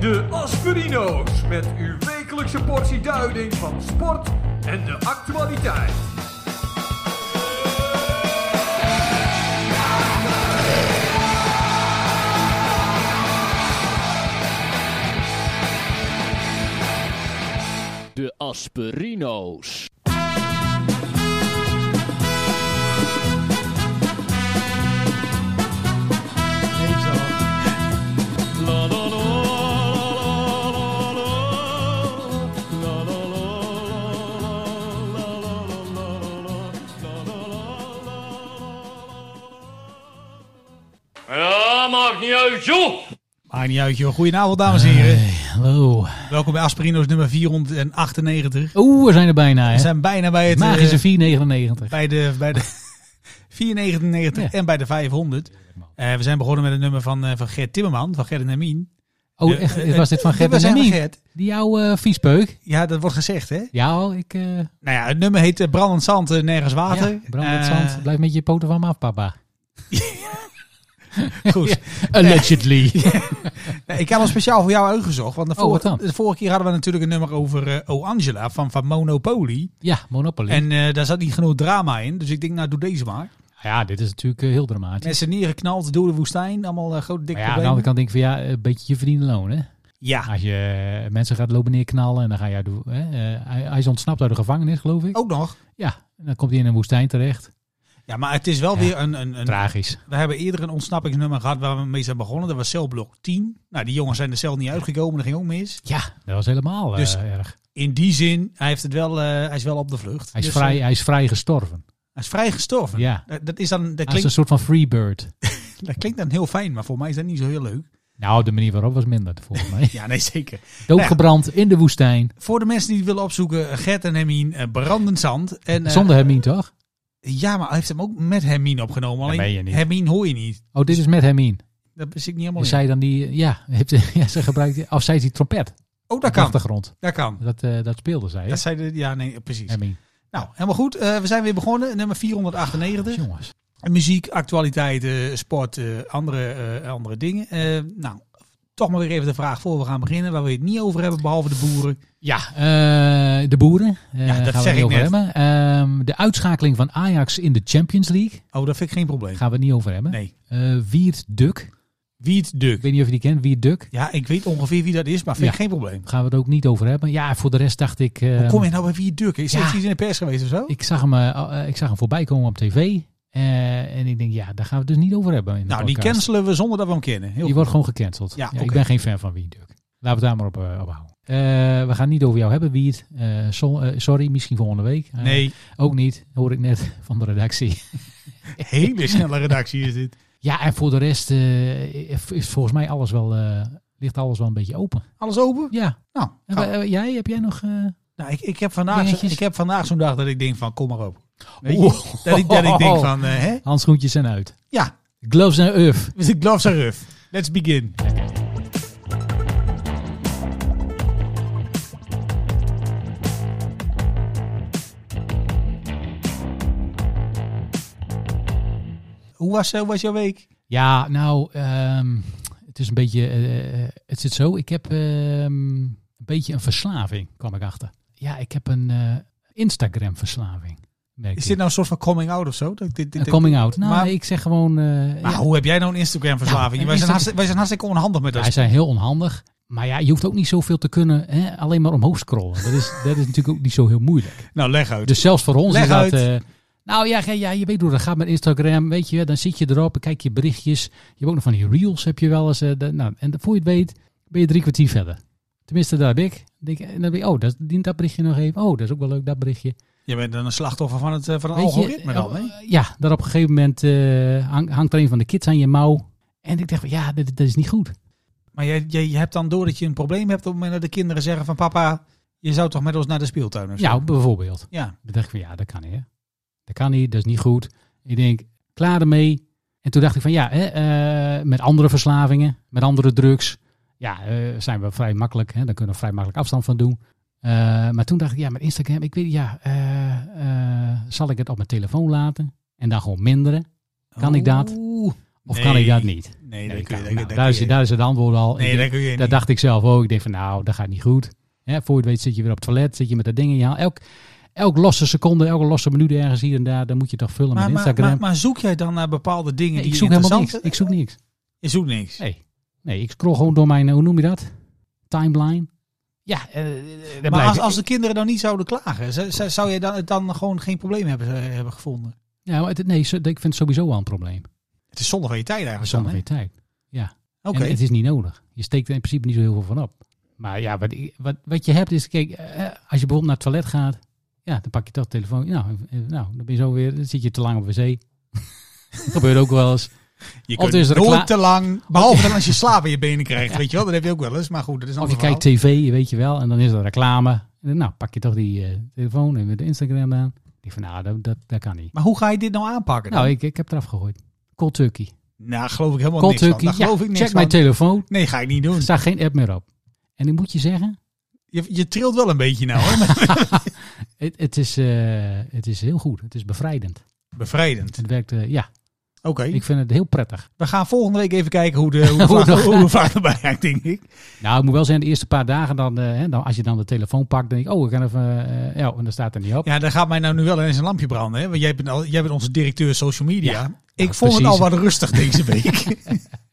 de Aspirino's met uw wekelijkse portie duiding van sport en de actualiteit. De Asperino's. Ja, maakt niet uit, joh. Maakt niet uit, joh. Goedenavond, dames en heren. Hallo. Welkom bij Asperino's nummer 498. Oeh, we zijn er bijna. Hè? We zijn bijna bij het... Magische eh, 499. bij de, bij de 499 Ja. en bij de 500. Eh, we zijn begonnen met het nummer van, eh, van Gert Timmerman, van Gert en Hermien. Oh, de- echt? eh, Was dit van eh, Gert we en zijn van Hermien? Gert. Die jouw eh viespeuk? Ja, dat wordt gezegd, hè? Ja, hoor, ik... eh Nou ja, het nummer heet eh, Brandend Zand, eh, Nergens Water. ja, brandend Eh, zand. Blijf met je poten van me af, papa. Goed. Allegedly. Nou, Ik heb al speciaal voor jou uitgezocht. Want de Oh, wat vorige, dan? de vorige keer hadden we natuurlijk een nummer over eh, O Angela van, van Monopoly. ja, Monopoly. En eh, daar zat niet genoeg drama in. Dus ik denk, nou doe deze maar. ja, dit is natuurlijk eh, heel dramatisch. Met z'n nieren knalt door de woestijn. Allemaal eh, grote dikke Maar ja, aan de problemen. andere kant denk ik van ja, een beetje je verdiende loon. Hè? Ja, Als je eh, mensen gaat lopen neerknallen en dan ga jij doen. Hè? eh, hij, hij is ontsnapt uit de gevangenis, geloof ik. ook nog. Ja, en dan komt hij in een woestijn terecht. Ja, maar het is wel Ja. weer een... een, een Tragisch. we hebben eerder een ontsnappingsnummer gehad waar we mee zijn begonnen. Dat was celblok 10. Nou, die jongens zijn er zelf niet uitgekomen. Dat ging ook mis. Ja, dat was helemaal eh, Dus- erg. In die zin, hij, heeft het wel, eh, hij is wel op de vlucht. Hij is, Dus, vrij, eh, hij is vrij gestorven. hij is vrij gestorven. Eh, Ja. Dat, dat is dan, dat, Hij is dus- een klinkt, soort van freebird. dat klinkt dan heel fijn, maar voor mij is dat niet zo heel leuk. Nou, de manier waarop was minder, volgens mij. Ja, nee, zeker. Doodgebrand in de woestijn. Voor de mensen die het willen opzoeken, Gert en Hermien, eh, brandend zand. En, eh, Zonder Hermien, toch? Ja, maar hij heeft hem ook met Hermien opgenomen. Alleen meen je niet. Hermien hoor je niet. Oh, dit is met Hermien. Dat zit ik niet helemaal Is in. zij dan die... Ja, heeft, ja ze gebruikte... Of zij is die trompet. Oh, dat op de kan. achtergrond. Dat kan. Dat, eh, dat speelde zij, hè? Dat zei de, ja, nee, precies. Hermien. Nou, helemaal goed. Eh, we zijn weer begonnen. Nummer 498. Jongens. Muziek, actualiteiten, sport, eh, andere, eh, andere dingen. Eh, nou, toch maar weer even de vraag voor we gaan beginnen. Waar we het niet over hebben, behalve de boeren. Ja, eh, de boeren. Ja, Eh, dat gaan we zeg het niet ik over net. hebben. Ehm, de uitschakeling van Ajax in de Champions League. Oh, dat vind ik geen probleem. Gaan we het niet over hebben. Nee. Eh, Wiert Duk. Wiet Ik Duk. weet niet of je die kent. Wiert Duk. Ja, ik weet ongeveer wie dat is, maar vind Ja. ik geen probleem. Gaan we het ook niet over hebben. Ja, voor de rest dacht ik... eh, Hoe kom je nou bij Wiet Duk? Is ja. er iets in de pers geweest of zo? Ik zag hem, eh, eh, ik zag hem voorbij komen op tv. eh, en ik denk, ja, daar gaan we het dus niet over hebben. In de nou, die podcast. cancelen we zonder dat we hem kennen. Heel Die wordt gewoon gecanceld. Ja, Ja, oké. Ik ben geen fan van Wiet Duk. Laten we het daar maar op, eh, op houden. Eh, we gaan niet over jou hebben, Wiet. Eh, so- eh, sorry, misschien volgende week. Eh, Nee, Ook niet, hoor ik net van de redactie. hele snelle redactie is dit. Ja, en voor de rest eh, is volgens mij alles wel, eh, ligt alles wel een beetje open. Alles open? Ja. Nou, En gaan wa- eh, jij, heb jij nog... eh, Nou, ik, ik heb vandaag, zo- Dingetjes. ik heb vandaag zo'n dag dat ik denk van, kom maar op. Weet je? Oeh. Dat, ik, dat ik denk van, eh, hè? Oh, Handschoentjes zijn uit. Ja, Gloves zijn uf. dus ik gloves are rough. Let's begin. Hoe was, eh, hoe was jouw week? Ja, nou, ehm, het is een beetje. eh, het zit zo. Ik heb ehm, een beetje een verslaving, kwam ik achter. Ja, ik heb een eh, Instagram-verslaving. merk Is ik. dit nou een soort van coming out of zo? Dat ik dit- dit- een coming out? Nou, maar- nee, ik zeg gewoon. eh, Maar ja, hoe heb jij nou een Instagram-verslaving? wij, Ja, zijn Instagram- hartstikke- wij zijn hartstikke onhandig met dat. wij zijn heel onhandig. Maar ja, je hoeft ook niet zoveel te kunnen. Hè, alleen maar omhoog scrollen. Dat is, dat is natuurlijk ook niet zo heel moeilijk. Nou, leg uit. Dus zelfs voor ons Leg is uit. dat. eh, nou ja, ge- ja, je weet hoe dat gaat met Instagram. Weet je, dan zit je erop, kijk je berichtjes. Je hebt ook nog van die reels, heb je wel eens. eh, dat- nou, en voor je het weet, ben je drie kwartier verder. Tenminste, daar heb ik. Denk, en dan ben je, oh, dat, dient dat berichtje nog even. Oh, dat is ook wel leuk, dat berichtje. Je bent dan een slachtoffer van het, eh, van het Weet je, algoritme dan, eh, hè? Ja, daar op een gegeven moment eh, hang- hangt er een van de kids aan je mouw. En ik dacht, van, ja, dit, dit is niet goed. Maar jij, jij hebt dan door dat je een probleem hebt op het moment dat de kinderen zeggen van papa, je zou toch met ons naar de speeltuin of zo? Ja, bijvoorbeeld. Ja. Toen dacht ik van, ja, dat kan niet, hè. Dat kan niet, dat is niet goed. Ik denk, klaar ermee. En toen dacht ik van, ja, hè, eh, met andere verslavingen, met andere drugs. Ja, eh, zijn we vrij makkelijk, hè. Daar kunnen we vrij makkelijk afstand van doen. Eh, maar toen dacht ik, ja, met Instagram, ik weet ja, eh, eh, zal ik het op mijn telefoon laten? En dan gewoon minderen? Kan ik dat? Oeh. Of Nee. kan ik dat niet? Nee, Nee, dat kun je- nou, dat- nou, dat daar, kun is, je- daar is het antwoord al. Nee, Ik- dat kun je dat niet. dacht ik zelf ook. Ik denk van nou, dat gaat niet goed. Hè, voor je het weet zit je weer op het toilet, zit je met dat ding in je hand. Elk, elk losse seconde, elke losse minuut ergens hier en daar, dan moet je toch vullen Maar, met maar, Instagram. maar, maar zoek jij dan naar bepaalde dingen Nee, die ik zoek helemaal niks. interessant Ik zoek niks. Je zoekt niks. Nee. nee, ik scroll gewoon door mijn, eh, hoe noem je dat? Timeline. Ja, eh, daar maar blijf als, ik- als de kinderen dan niet zouden klagen, z- z- zou jij dan, het dan gewoon geen probleem hebben, eh, hebben gevonden? Ja, maar het- nee, zo- ik vind het sowieso wel een probleem. Het is zonde van je tijd eigenlijk. Zonder dan, meer tijd. hè? En Oké. het is niet nodig. Je steekt er in principe niet zo heel veel van op. Maar ja, wat, ik- wat, wat je hebt is, kijk, eh, als je bijvoorbeeld naar het toilet gaat, ja, dan pak je toch de telefoon. Nou, eh, nou dan ben je zo weer, dan zit je te lang op wc. dat gebeurt ook wel eens. Je of kunt er is recla- nooit te lang, behalve dan als je slaap in je benen krijgt, weet je wel. Dat heb je ook wel eens, maar goed, dat is een Of je ander kijkt tv, weet je wel, en dan is er reclame. En dan, nou, pak je toch die eh, telefoon en weer de Instagram aan. Ik denk van, nou, dat, dat, dat kan niet. Maar hoe ga je dit nou aanpakken? Nou, dan? ik, ik heb eraf gegooid. Cold turkey. nou, geloof ik helemaal Cold niks van. turkey. Daar Ja, geloof ik niks check van. Oh. mijn telefoon. Nee, ga ik niet doen. Er staat geen app meer op. En ik moet je zeggen, Je, je trilt wel een beetje nou, hoor. het, het, is, eh, het is heel goed. Het is bevrijdend. Bevrijdend. Het werkt, eh, ja, Oké, ik vind het heel prettig. we gaan volgende week even kijken hoe de, hoe de, Hoe vraag- dat hoe gaat. de vraag erbij raakt, denk ik. Nou, ik moet wel zeggen, de eerste paar dagen, dan, eh, hè, dan, als je dan de telefoon pakt, dan denk ik, oh, ik kan even, eh, ja, en dan staat er niet op. Ja, daar gaat mij nou nu wel eens een lampje branden. Hè? Want jij bent, al, jij bent onze directeur social media. Ja, ik nou, vond het al precies. wat rustig deze week.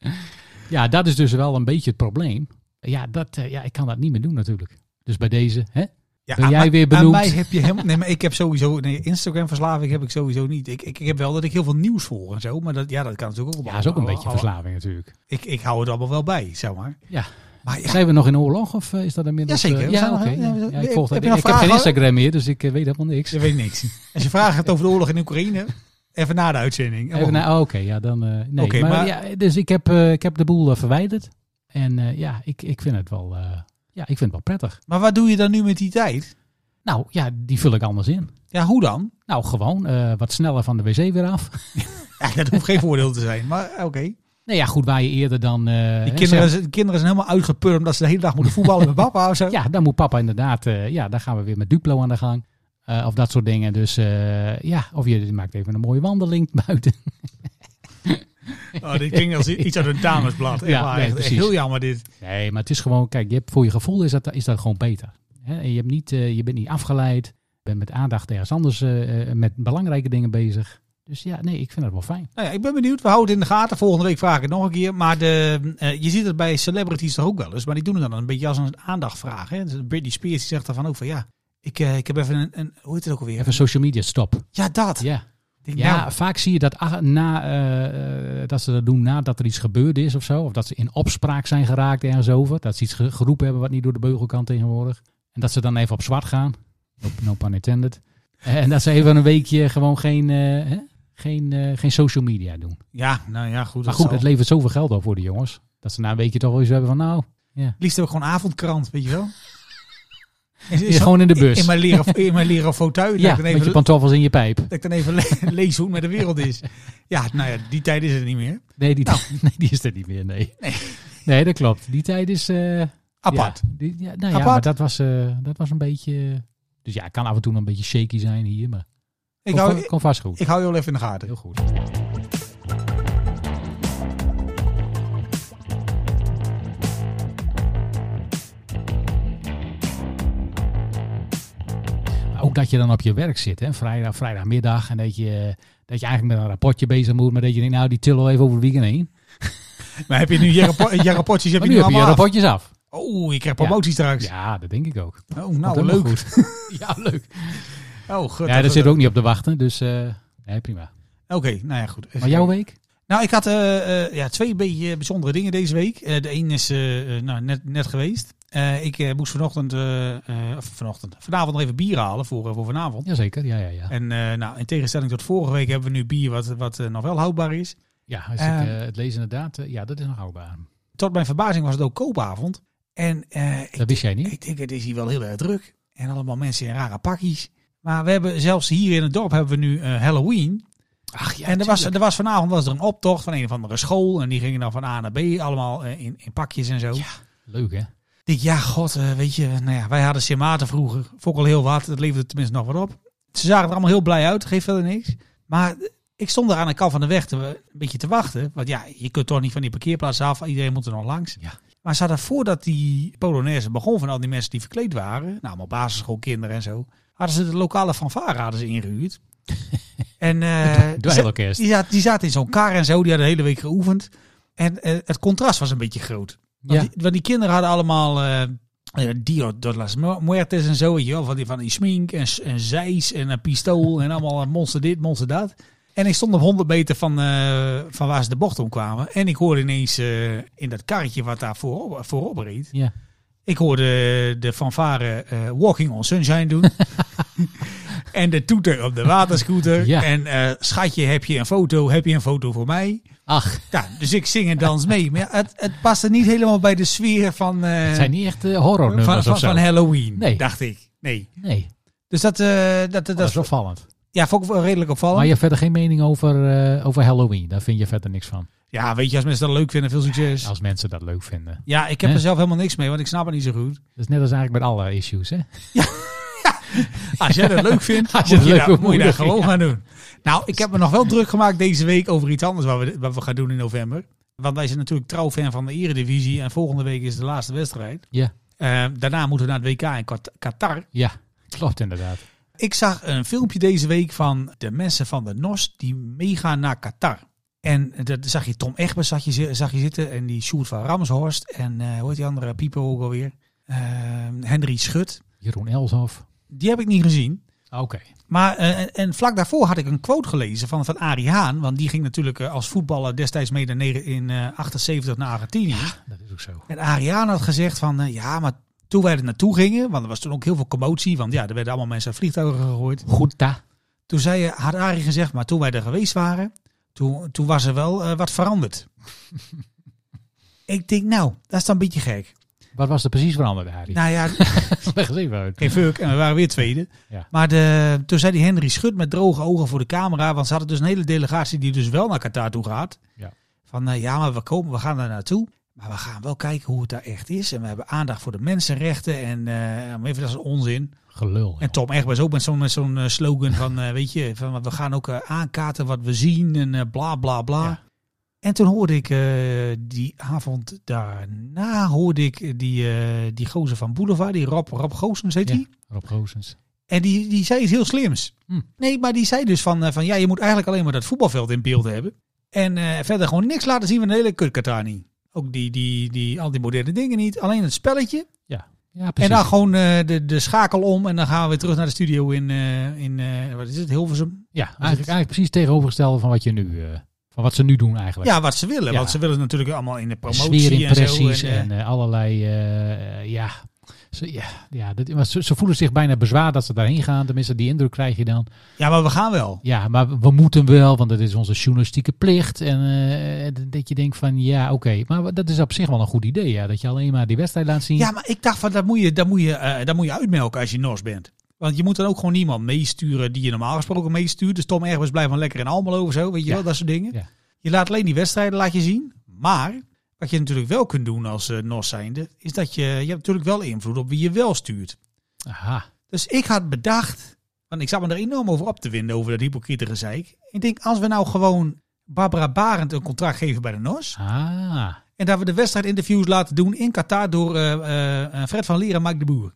Ja, dat is dus wel een beetje het probleem. Ja, dat, eh, ja ik kan dat niet meer doen natuurlijk. Dus bij deze, hè? Ja, Ben aan jij mij- weer Aan benoemd? mij heb je helemaal... Nee, maar ik heb sowieso... Nee, Instagram-verslaving heb ik sowieso niet. Ik, ik, ik heb wel dat ik heel veel nieuws volg en zo. Maar dat, ja, dat kan natuurlijk ook. Ja, is ook een beetje verslaving. verslaving natuurlijk. oh. Ik, ik hou het allemaal wel bij, zeg maar. Ja. Maar ja, Zijn we nog in oorlog of eh, is dat inmiddels... Jazeker, eh, we zijn ja, nog- oké. ja, we- ja, ik volg dat. heb Ik je nog heb geen vragen? Instagram meer, dus ik eh, weet helemaal niks. je weet niks. Als je vragen hebt over de oorlog in Oekraïne... Even na de uitzending. Even naar- oh, Oké, ja, dan. eh, nee, Oké, maar, maar- ja, dus ik heb, eh, ik heb de boel eh, verwijderd. En eh, ja, ik, ik vind het wel. eh, ja, ik vind het wel prettig. Maar wat doe je dan nu met die tijd? Nou ja, die vul ik anders in. Ja, hoe dan? Nou, gewoon eh, wat sneller van de wc weer af. Ja, dat hoeft geen voordeel te zijn, maar oké. Nee, Nou ja, goed, waar je eerder dan. eh, Die hè, kinderen, zelf- zijn- die kinderen zijn helemaal uitgeput omdat ze de hele dag moeten voetballen met papa of zo. ja, dan moet papa inderdaad. eh, ja, dan gaan we weer met Duplo aan de gang. Eh, of dat soort dingen. Dus eh, ja, of je maakt even een mooie wandeling buiten. Oh, dit klinkt als iets uit een damesblad. Ja, Ja, nee, echt, echt precies. heel jammer dit. Nee, maar het is gewoon, kijk, je hebt, voor je gevoel is dat, is dat gewoon beter. Hè, en je, hebt niet, eh, je bent niet afgeleid, je bent met aandacht ergens anders, eh, eh, met belangrijke dingen bezig. Dus ja, nee, ik vind dat wel fijn. Nou ja, ik ben benieuwd. We houden het in de gaten. Volgende week vraag ik het nog een keer. Maar de, eh, je ziet het bij celebrities toch ook wel eens. Maar die doen het dan een beetje als een aandaagvraag. Hè? Dus Britney Spears die zegt daarvan ook van ja, ik, eh, ik heb even een, een- hoe heet het ook alweer? Even social media stop. Ja, dat. Ja, Ik denk, ja nou, vaak zie je dat, ach- na, eh, eh, dat ze dat doen nadat er iets gebeurd is of zo. Of dat ze in opspraak zijn geraakt ergens over. Dat ze iets ge- geroepen hebben wat niet door de beugel kan tegenwoordig. En dat ze dan even op zwart gaan. No, no pun intended. Eh, En dat ze even een weekje gewoon geen, eh, hè, geen, eh, geen social media doen. ja, nou ja, goed. Maar dat goed, zal. het levert zoveel geld op voor de jongens. Dat ze na een weekje toch wel eens hebben van nou, Het liefst heb ik gewoon avondkrant, weet je wel. Is, is gewoon in de bus. In mijn leren, in mijn leren fauteuil. dat ja, ik dan met je even, pantoffels in je pijp. dat ik dan even le- lees hoe het met de wereld is. Ja, nou ja, die tijd is er niet meer. Nee, die, nee, die is er niet meer, nee. Nee, dat klopt. Die tijd is... eh, Apart. Ja, die, ja, nou ja, Apart. maar dat was, eh, dat was een beetje... Dus ja, het kan af en toe nog een beetje shaky zijn hier, maar Ik kom, hou, kom vast goed. ik hou je wel even in de gaten. Heel goed. Maar Ook dat je dan op je werk zit, hè? Vrijdag, vrijdagmiddag. En dat je, dat je eigenlijk met een rapportje bezig moet. Maar dat je denkt, nou die tillen we even over het weekend heen. Maar heb je nu je, rappo- je rapportjes heb Maar je Oh, nu, nu heb je allemaal je af? rapportjes af. Oeh, ik krijg promotie straks. Ja, dat denk ik ook. Oh, Komt nou helemaal leuk. goed. ja, leuk. Oh, goed. Ja, daar zit ook niet op te wachten. Dus eh, nee, prima. Oké, nou ja, goed. Even Maar jouw kijken. week? Nou, ik had eh, eh, ja, twee beetje bijzondere dingen deze week. Eh, de een is eh, eh, nou, net, net geweest. Eh, ik eh, moest vanochtend, eh, eh, of vanochtend, vanavond nog even bier halen voor, eh, voor vanavond. Jazeker, ja, ja, ja. En eh, nou, in tegenstelling tot vorige week hebben we nu bier wat, wat eh, nog wel houdbaar is. Ja, als Ehm. ik eh, het lees inderdaad, eh, ja, dat is nog houdbaar. Tot mijn verbazing was het ook koopavond. En eh, ik Dat wist jij niet? Ik denk, het is hier wel heel erg druk. En allemaal mensen in rare pakjes. Maar we hebben zelfs hier in het dorp hebben we nu eh, Halloween. Ach ja, en er was, er was vanavond was er een optocht van een of andere school. En die gingen dan van A naar B, allemaal eh, in, in pakjes en zo. Leuk, hè? Ik denk, ja, god, eh, weet je, nou ja, wij hadden Sint Maarten vroeger. Vond ik al heel wat, dat leverde tenminste nog wat op. Ze zagen er allemaal heel blij uit, geeft verder niks. Maar Ik stond daar aan de kant van de weg te, een beetje te wachten. Want ja, je kunt toch niet van die parkeerplaats af. Iedereen moet er nog langs. Ja. Maar ze hadden voordat die Polonaise begon van al die mensen die verkleed waren. Nou, allemaal basisschoolkinderen en zo. Hadden ze de lokale fanfare hadden ze ingehuurd. en eh, Dweilorkest. die, zaten, die zaten in zo'n kar en zo. Die hadden de hele week geoefend. En eh, het contrast was een beetje groot. Want, Ja. die, want die kinderen hadden allemaal eh eh, Dio de las Mu- Muertes en zo. Weet je wel, van die, van die smink en, s- en zeis en een pistool en allemaal een monster dit, monster dat. En ik stond op 100 meter van, eh, van waar ze de bocht om kwamen. En ik hoorde ineens eh, in dat karretje wat daar voorop, voorop reed. Ja. Ik hoorde de fanfare eh, Walking on Sunshine doen. en de toeter op de waterscooter. Ja. En eh, schatje, heb je een foto? Heb je een foto voor mij? Ach, Ja, dus ik zing en dans mee. Maar ja, het, het paste niet helemaal bij de sfeer van, eh, het zijn niet echt eh, horrornummers van, van, of zo. van Halloween, Nee. dacht ik. Nee. nee, Dus dat, eh, dat, dat, Oh. dat is dat opvallend. ja, vond ik wel redelijk opvallend. Maar je hebt verder geen mening over, eh, over Halloween. Daar vind je verder niks van. Ja, weet je, als mensen dat leuk vinden, veel succes. Als mensen dat leuk vinden. Ja, ik heb Hè? er zelf helemaal niks mee, want ik snap het niet zo goed. Dat is net als eigenlijk met alle issues, hè? Als jij dat leuk vindt, Als je moet, het je leuk dat, moet je dat vindt, gewoon ja. gaan doen. Nou, ik heb me nog wel druk gemaakt deze week over iets anders wat we, wat we gaan doen in november. Want wij zijn natuurlijk trouw fan van de Eredivisie en volgende week is de laatste wedstrijd. Ja. Eh, daarna moeten we naar het WK in Kat- Qatar. Ja, klopt inderdaad. Ik zag een filmpje deze week van de mensen van de NOS die meegaan naar Qatar. En dat zag je Tom Egbers zag je, zi- zag je zitten en die Sjoerd van Ramshorst. En eh hoe heet die andere pieper ook alweer? Eh, Henry Schut. Jeroen Elshoff. Die heb ik niet gezien. Oké. Maar eh, en- en vlak daarvoor had ik een quote gelezen van, van Arie Haan. Want die ging natuurlijk eh, als voetballer destijds mee naar negen- in eh 78 naar Argentinië. Dat is ook zo. En Arie Haan had gezegd van eh, ja, maar toen wij er naartoe gingen, want er was toen ook heel veel commotie. Want ja, er werden allemaal mensen uit vliegtuigen gegooid. Goed daar. Toen zei, eh, had Arie gezegd, maar toen wij er geweest waren, toen, toen was er wel eh, wat veranderd. ik denk nou, dat is dan een beetje gek. Wat was er precies veranderd, Harry? Nou ja, Leg eens even uit. geen fuck. En we waren weer tweede. Ja. Maar de, toen zei die Henry Schut met droge ogen voor de camera. Want ze hadden dus een hele delegatie die dus wel naar Qatar toe gaat. Ja. Van eh, ja, maar we komen, we gaan daar naartoe. Maar we gaan wel kijken hoe het daar echt is. En we hebben aandacht voor de mensenrechten. En eh, maar even dat is onzin. Gelul. joh. En Tom Egbers ook met zo'n met zo'n eh, slogan van, eh, weet je, van we gaan ook eh, aankaarten wat we zien en eh, bla bla bla. Ja. En toen hoorde ik eh, die avond daarna, hoorde ik die, eh, die gozer van Boulevard, die Rob, Rob Goossens heet Ja. die. Rob Goosens. En die, die zei iets heel slims. Hm. Nee, maar die zei dus van, eh, van ja, je moet eigenlijk alleen maar dat voetbalveld in beeld hebben. En eh, verder gewoon niks laten zien van de hele kut Qatar niet. Ook die, die, die, al die moderne dingen niet. Alleen het spelletje. Ja, precies. En dan gewoon eh, de, de schakel om. En dan gaan we weer terug naar de studio in, eh, in eh, wat is het, Hilversum. ja, eigenlijk, eigenlijk precies het tegenovergestelde van wat je nu... eh, van wat ze nu doen eigenlijk. Ja, wat ze willen. Ja. Want ze willen natuurlijk allemaal in de promotie en zo. sfeerimpressies En, en, eh, eh, allerlei... eh, eh, ja, ze, ja, ja dat, maar ze, ze voelen zich bijna bezwaar dat ze daarheen gaan. Tenminste, die indruk krijg je dan. ja, maar we gaan wel. Ja, maar we moeten wel, want dat is onze journalistieke plicht. En eh, dat je denkt van, ja, oké. Maar dat is op zich wel een goed idee, ja. Dat je alleen maar die wedstrijd laat zien. Ja, maar ik dacht van, dat moet je, dat moet je, eh, dat moet je uitmelken als je Nors bent. Want je moet dan ook gewoon niemand meesturen die je normaal gesproken meestuurt. Dus Tom Ergens blijft van lekker in Almelo of zo, weet je Ja. wel, dat soort dingen. Ja. Je laat alleen die wedstrijden laat je zien. Maar wat je natuurlijk wel kunt doen als eh Nors zijnde, is dat je, je hebt natuurlijk wel invloed op wie je wel stuurt. Aha. Dus ik had bedacht, want ik zat me er enorm over op te winden over dat hypocriete gezeik. Ik denk, als we nou gewoon Barbara Barend een contract geven bij de NOS. Ah. En dat we de wedstrijdinterviews laten doen in Qatar door eh, eh, eh, Fred van Leer en Mike de Boer.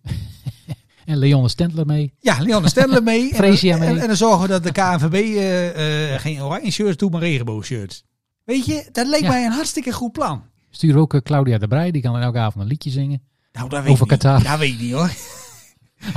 En Leon Stendler mee. Ja, Leon Stendler mee. En- Fresia mee. En, en dan zorgen we dat de KNVB eh, eh, geen oranje shirts doet, maar regenboogshirts. Weet je, dat leek Ja. mij een hartstikke goed plan. Stuur ook eh, Claudia de Brij, die kan elke avond een liedje zingen. Nou, dat weet Over ik niet. Qatar. Dat weet ik niet hoor.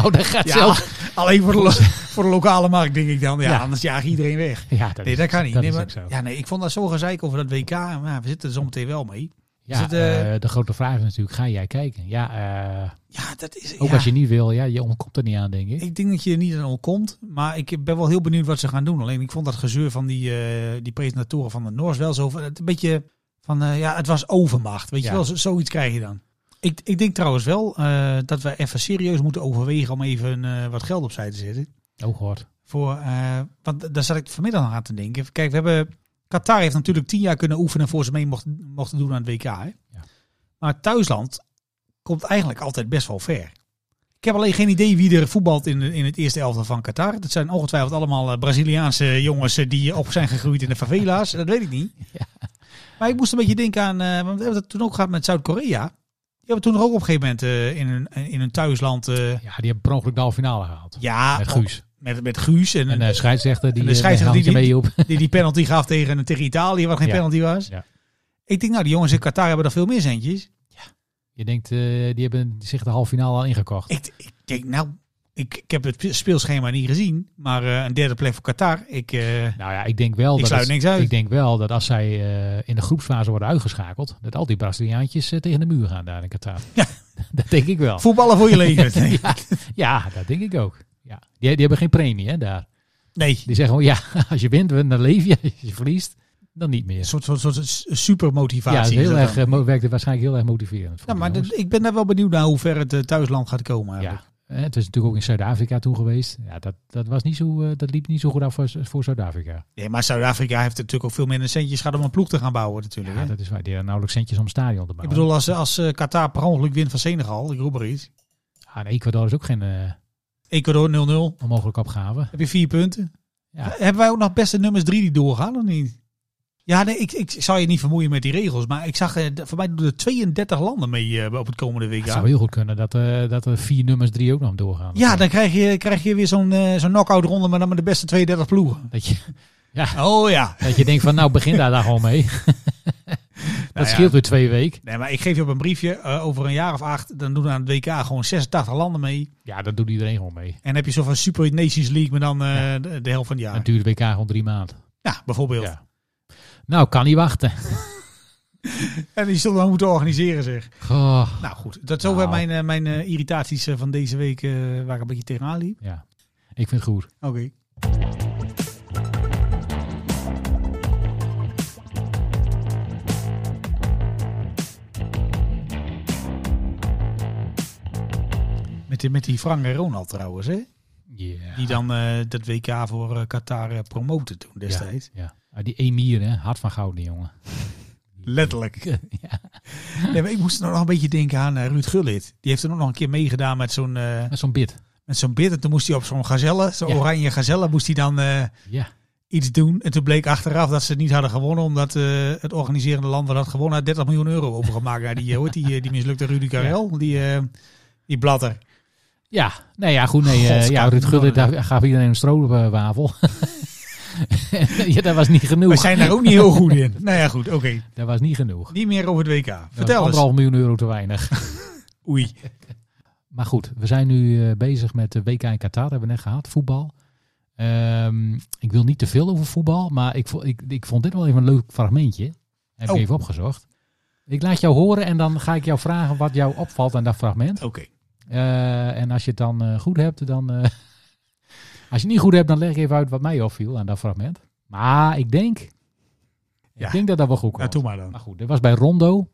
Oh, dat gaat Ja, zelf. Alleen voor de, lo- voor de lokale markt denk ik dan. Ja, Ja. anders jaag je iedereen weg. Ja, dat Nee, is- dat kan niet. Dat nee, is maar- ook zo. Ja, ja, nee, ik vond dat zo gezeik over dat WK. Maar we zitten er zometeen wel mee. is het, eh, eh, de grote vraag is natuurlijk, ga jij kijken? Ja, eh, Ja, dat is... ook ja, als je niet wil. Ja, je ontkomt er niet aan, denk ik. Ik denk dat je er niet aan ontkomt. Maar ik ben wel heel benieuwd wat ze gaan doen. Alleen ik vond dat gezeur van die, eh, die presentatoren van de Noors wel zo... van- het Een beetje van, eh, ja, het was overmacht. Weet Ja. je wel, z- zoiets krijg je dan. Ik, ik denk trouwens wel eh, dat we even serieus moeten overwegen om even eh, wat geld opzij te zetten. Oh, god. Voor, eh, want daar zat ik vanmiddag nog aan te denken. Kijk, we hebben, Qatar heeft natuurlijk tien jaar kunnen oefenen voor ze mee mochten, mochten doen aan het WK. Hè? Ja. Maar het thuisland komt eigenlijk altijd best wel ver. Ik heb alleen geen idee wie er voetbalt in, in het eerste elftal van Qatar. Dat zijn ongetwijfeld allemaal eh, Braziliaanse jongens eh, die op zijn gegroeid in de favela's. Dat weet ik niet. Maar ik moest een beetje denken aan, eh, want we hebben dat toen ook gehad met Zuid-Korea. Die hebben toen er ook op een gegeven moment eh, in, hun, in hun thuisland... eh, Ja, die hebben per ongeluk de halve finale gehaald. ja, met Guus. Met, met Guus. En, En de scheidsrechter, die de eh, scheidsrechter hangt je die- mee op. die die penalty gaf tegen, tegen Italië, wat geen Ja. penalty was. Ja. Ik denk, nou, die jongens in Qatar hebben er veel meer centjes. Je denkt, eh, die hebben zich de halve finale al ingekocht. Ik, ik denk, nou, ik, ik heb het speelschema niet gezien, maar eh, een derde plek voor Qatar. Ik, eh, Nou ja, ik denk wel Ik dat sluit het- niks uit. Ik denk wel dat als zij eh, in de groepsfase worden uitgeschakeld, dat al die Braziliaantjes eh, tegen de muur gaan daar in Qatar. Ja. dat denk ik wel. voetballen voor je leven. Nee. Ja, dat denk ik ook. Ja. Die, die hebben geen premie hè, daar. nee. Die zeggen gewoon, ja, als je wint, dan leef je. Als je verliest, dan niet meer. Een soort, soort, soort supermotivatie. Ja, dat is is heel dat erg, dan. eh, mo- werkt er waarschijnlijk heel erg motiverend. Voor Ja, die maar jongens. dat- ik ben daar wel benieuwd naar hoe ver het eh, thuisland gaat komen. ja. eigenlijk. Eh, Het is natuurlijk ook in Zuid-Afrika toen geweest. Ja, dat, dat, was niet zo, eh, dat liep niet zo goed af voor, voor Zuid-Afrika. Nee, maar Zuid-Afrika heeft natuurlijk ook veel minder centjes gehad om een ploeg te gaan bouwen natuurlijk. Ja, hè. dat is waar. Die hadden nauwelijks centjes om een stadion te Ik bouwen. bedoel, als, als eh, Qatar per ongeluk wint van Senegal, ik roep er iets. Ah, en Ecuador is ook geen eh, Ecuador 0-0, onmogelijke opgave. heb je vier punten. Eh, Ja. Hebben wij ook nog beste nummers drie die doorgaan of niet? Ja, nee, ik, ik zou je niet vermoeien met die regels. Maar ik zag, eh, d- voor mij doen er 32 landen mee eh, op het komende week. Het zou heel goed kunnen dat, eh, dat er vier nummers drie ook nog doorgaan. Ja, dan krijg je, krijg je weer zo'n eh, zo'n knock-out ronde, maar dan met de beste 32 ploegen. Dat je, Oh ja. dat je denkt van, nou begin daar dan gewoon mee. ja. dat scheelt weer twee weken. Nee, maar ik geef je op een briefje, eh, over een jaar of acht, dan doen we aan het WK gewoon 86 landen mee. Ja, dat doet iedereen gewoon mee. En dan heb je zo van Super Nations League, maar dan eh, de, de helft van het jaar. Dan duurt de WK gewoon drie maanden. Ja, bijvoorbeeld. Ja. Nou, kan niet wachten. En die zullen we dan moeten organiseren, zeg. Goh. Nou goed, dat zover Nou. mijn, eh, mijn eh, irritaties eh, van deze week, eh, waar ik een beetje tegenaan liep. Ja, ik vind het goed. Oké. Met die, met die Frank en Ronald trouwens, hè? Ja. Die dan eh, dat WK voor eh, Qatar eh, promoten toen destijds. Ja. Ah, die Emir, hè? hart van goud, die jongen. Letterlijk. Nee, maar ik moest nog een beetje denken aan eh, Ruud Gullit. Die heeft toen ook nog een keer meegedaan met zo'n eh, Met zo'n bit. met zo'n bid. En toen moest hij op zo'n gazelle, zo'n Ja. oranje gazelle, moest hij dan eh, Ja. iets doen. En toen bleek achteraf dat ze het niet hadden gewonnen. Omdat eh, het organiserende land waar dat gewonnen had 30 miljoen euro overgemaakt. naar die, eh, hoe heet die, eh, die mislukte Rudy Karel, die, eh, die blatter. Ja, nee, ja, goed. Nee, eh, God, ja, Ruud Gullit daar gaf iedereen een stroopwafel. ja, dat was niet genoeg. We zijn daar ook niet heel goed in. Nou ja, goed, oké. Dat was niet genoeg. Niet meer over het WK. Dat was Vertel eens. Anderhalf miljoen euro te weinig. Oei. Maar goed, we zijn nu eh, bezig met de WK in Qatar. Hebben we net gehad, voetbal. Ehm, ik wil niet te veel over voetbal, maar ik, vo- ik, ik vond dit wel even een leuk fragmentje. Heb Oh. ik even opgezocht. Ik laat jou horen en dan ga ik jou vragen wat jou opvalt aan dat fragment. Oké. Eh, en als je het dan eh, goed hebt, dan. eh, als je het niet goed hebt, dan leg ik even uit wat mij opviel aan dat fragment. Maar ik denk. Ja. Ik denk dat dat wel goed komt. Nou, doe maar dan. maar goed, dit was bij Rondo. Een Ja,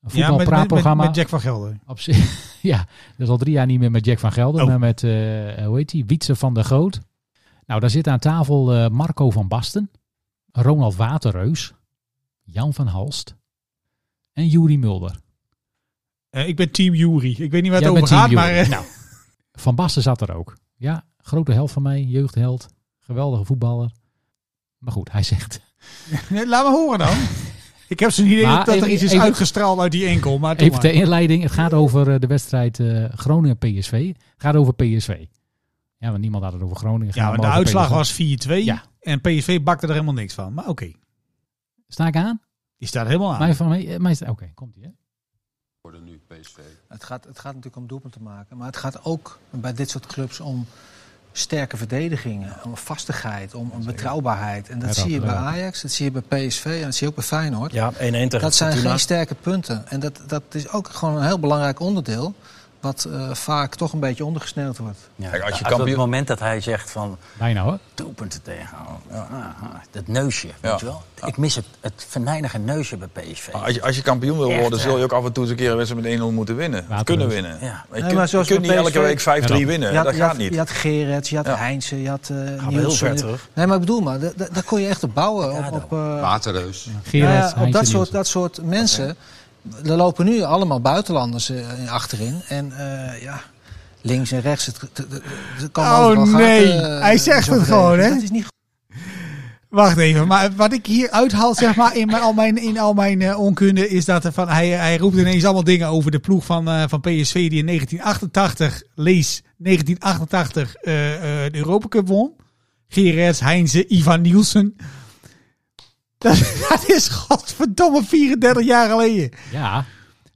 met, met, met, voetbalpraatprogramma. met Jack van Gelder. Op zich- ja, dat is al drie jaar niet meer met Jack van Gelder, Oh. maar met, eh, hoe heet die, Wietse van der Groot. Nou, daar zit aan tafel eh, Marco van Basten, Ronald Waterreus, Jan van Halst en Juri Mulder. Eh, ik ben team Jury. Ik weet niet waar het Jij over bent gaat, team maar... Jury. eh, Nou, van Basten zat er ook. Ja, grote held van mij, jeugdheld, geweldige voetballer. Maar goed, hij zegt... Nee, eh, laat me horen dan. ik heb zo'n idee Maar dat er even- iets is even- uitgestraald uit die enkel. Maar doe Even maar. ter inleiding, het gaat over eh, de wedstrijd eh, Groningen-PSV. Het gaat over PSV. Ja, want niemand had het over Groningen. Ja, Gaat want de maar over uitslag PSV. was 4-2. Ja. En PSV bakte er helemaal niks van. Maar oké, Sta ik aan? die staat helemaal aan. Mijn van mij, eh, mijn sta- Oké, komt ie. Hè? Het gaat, het gaat natuurlijk om doelpunten maken. Maar het gaat ook bij dit soort clubs om sterke verdedigingen. Om vastigheid, om om betrouwbaarheid. En dat Ja, zie je dat, bij eh, Ajax, dat zie je bij PSV en dat zie je ook bij Feyenoord. Ja, 1-1 tegen dat zijn Fortuna. geen sterke punten. En dat, dat is ook gewoon een heel belangrijk onderdeel... wat eh, vaak toch een beetje ondergesneeuwd wordt. Ja, nou, Kijk, als je als op kampioen- het moment dat hij zegt van Bijna hoor. doelpunten tegenhouden. Aha, ah, dat neusje, Ja. weet je wel? Ik mis het, het venijnige neusje bij PSV. Maar Als je, als je kampioen wil Echt, worden, zul je ja. ook af en toe eens een keer een wedstrijd met 1-0 moeten winnen. Of Waterloos. kunnen winnen. Maar Ja. Nee, je maar kunt, zoals je kunt bij niet elke PSV week 5-3 winnen. Je had, dat je gaat had- niet. Je had Gerrits, je had Ja. Heinze, je had eh maar heel Nielsen. ver terug. Nee, maar ik bedoel maar, da- da- daar kon je echt op bouwen. Ja, op, op, eh, Waterreus. Gerard, Nou ja, op dat soort, dat... dat soort mensen. Er lopen nu allemaal buitenlanders eh, achterin. En eh, ja, links en rechts. Het, het- het- het kan Oh, overal gaten, nee. eh, Hij zegt zo het gewoon, verdedigen. hè? Dat is niet goed. Wacht even, maar wat ik hier uithaal zeg maar, in, mijn, al mijn, in al mijn eh, onkunde is dat er van, hij, hij roept ineens allemaal dingen over de ploeg van, eh, van PSV die in 1988, lees 1988, eh, eh, de Europa Cup won. Gerrits, Heinze, Ivan Nielsen. Dat, dat is godverdomme 34 jaar geleden. Ja,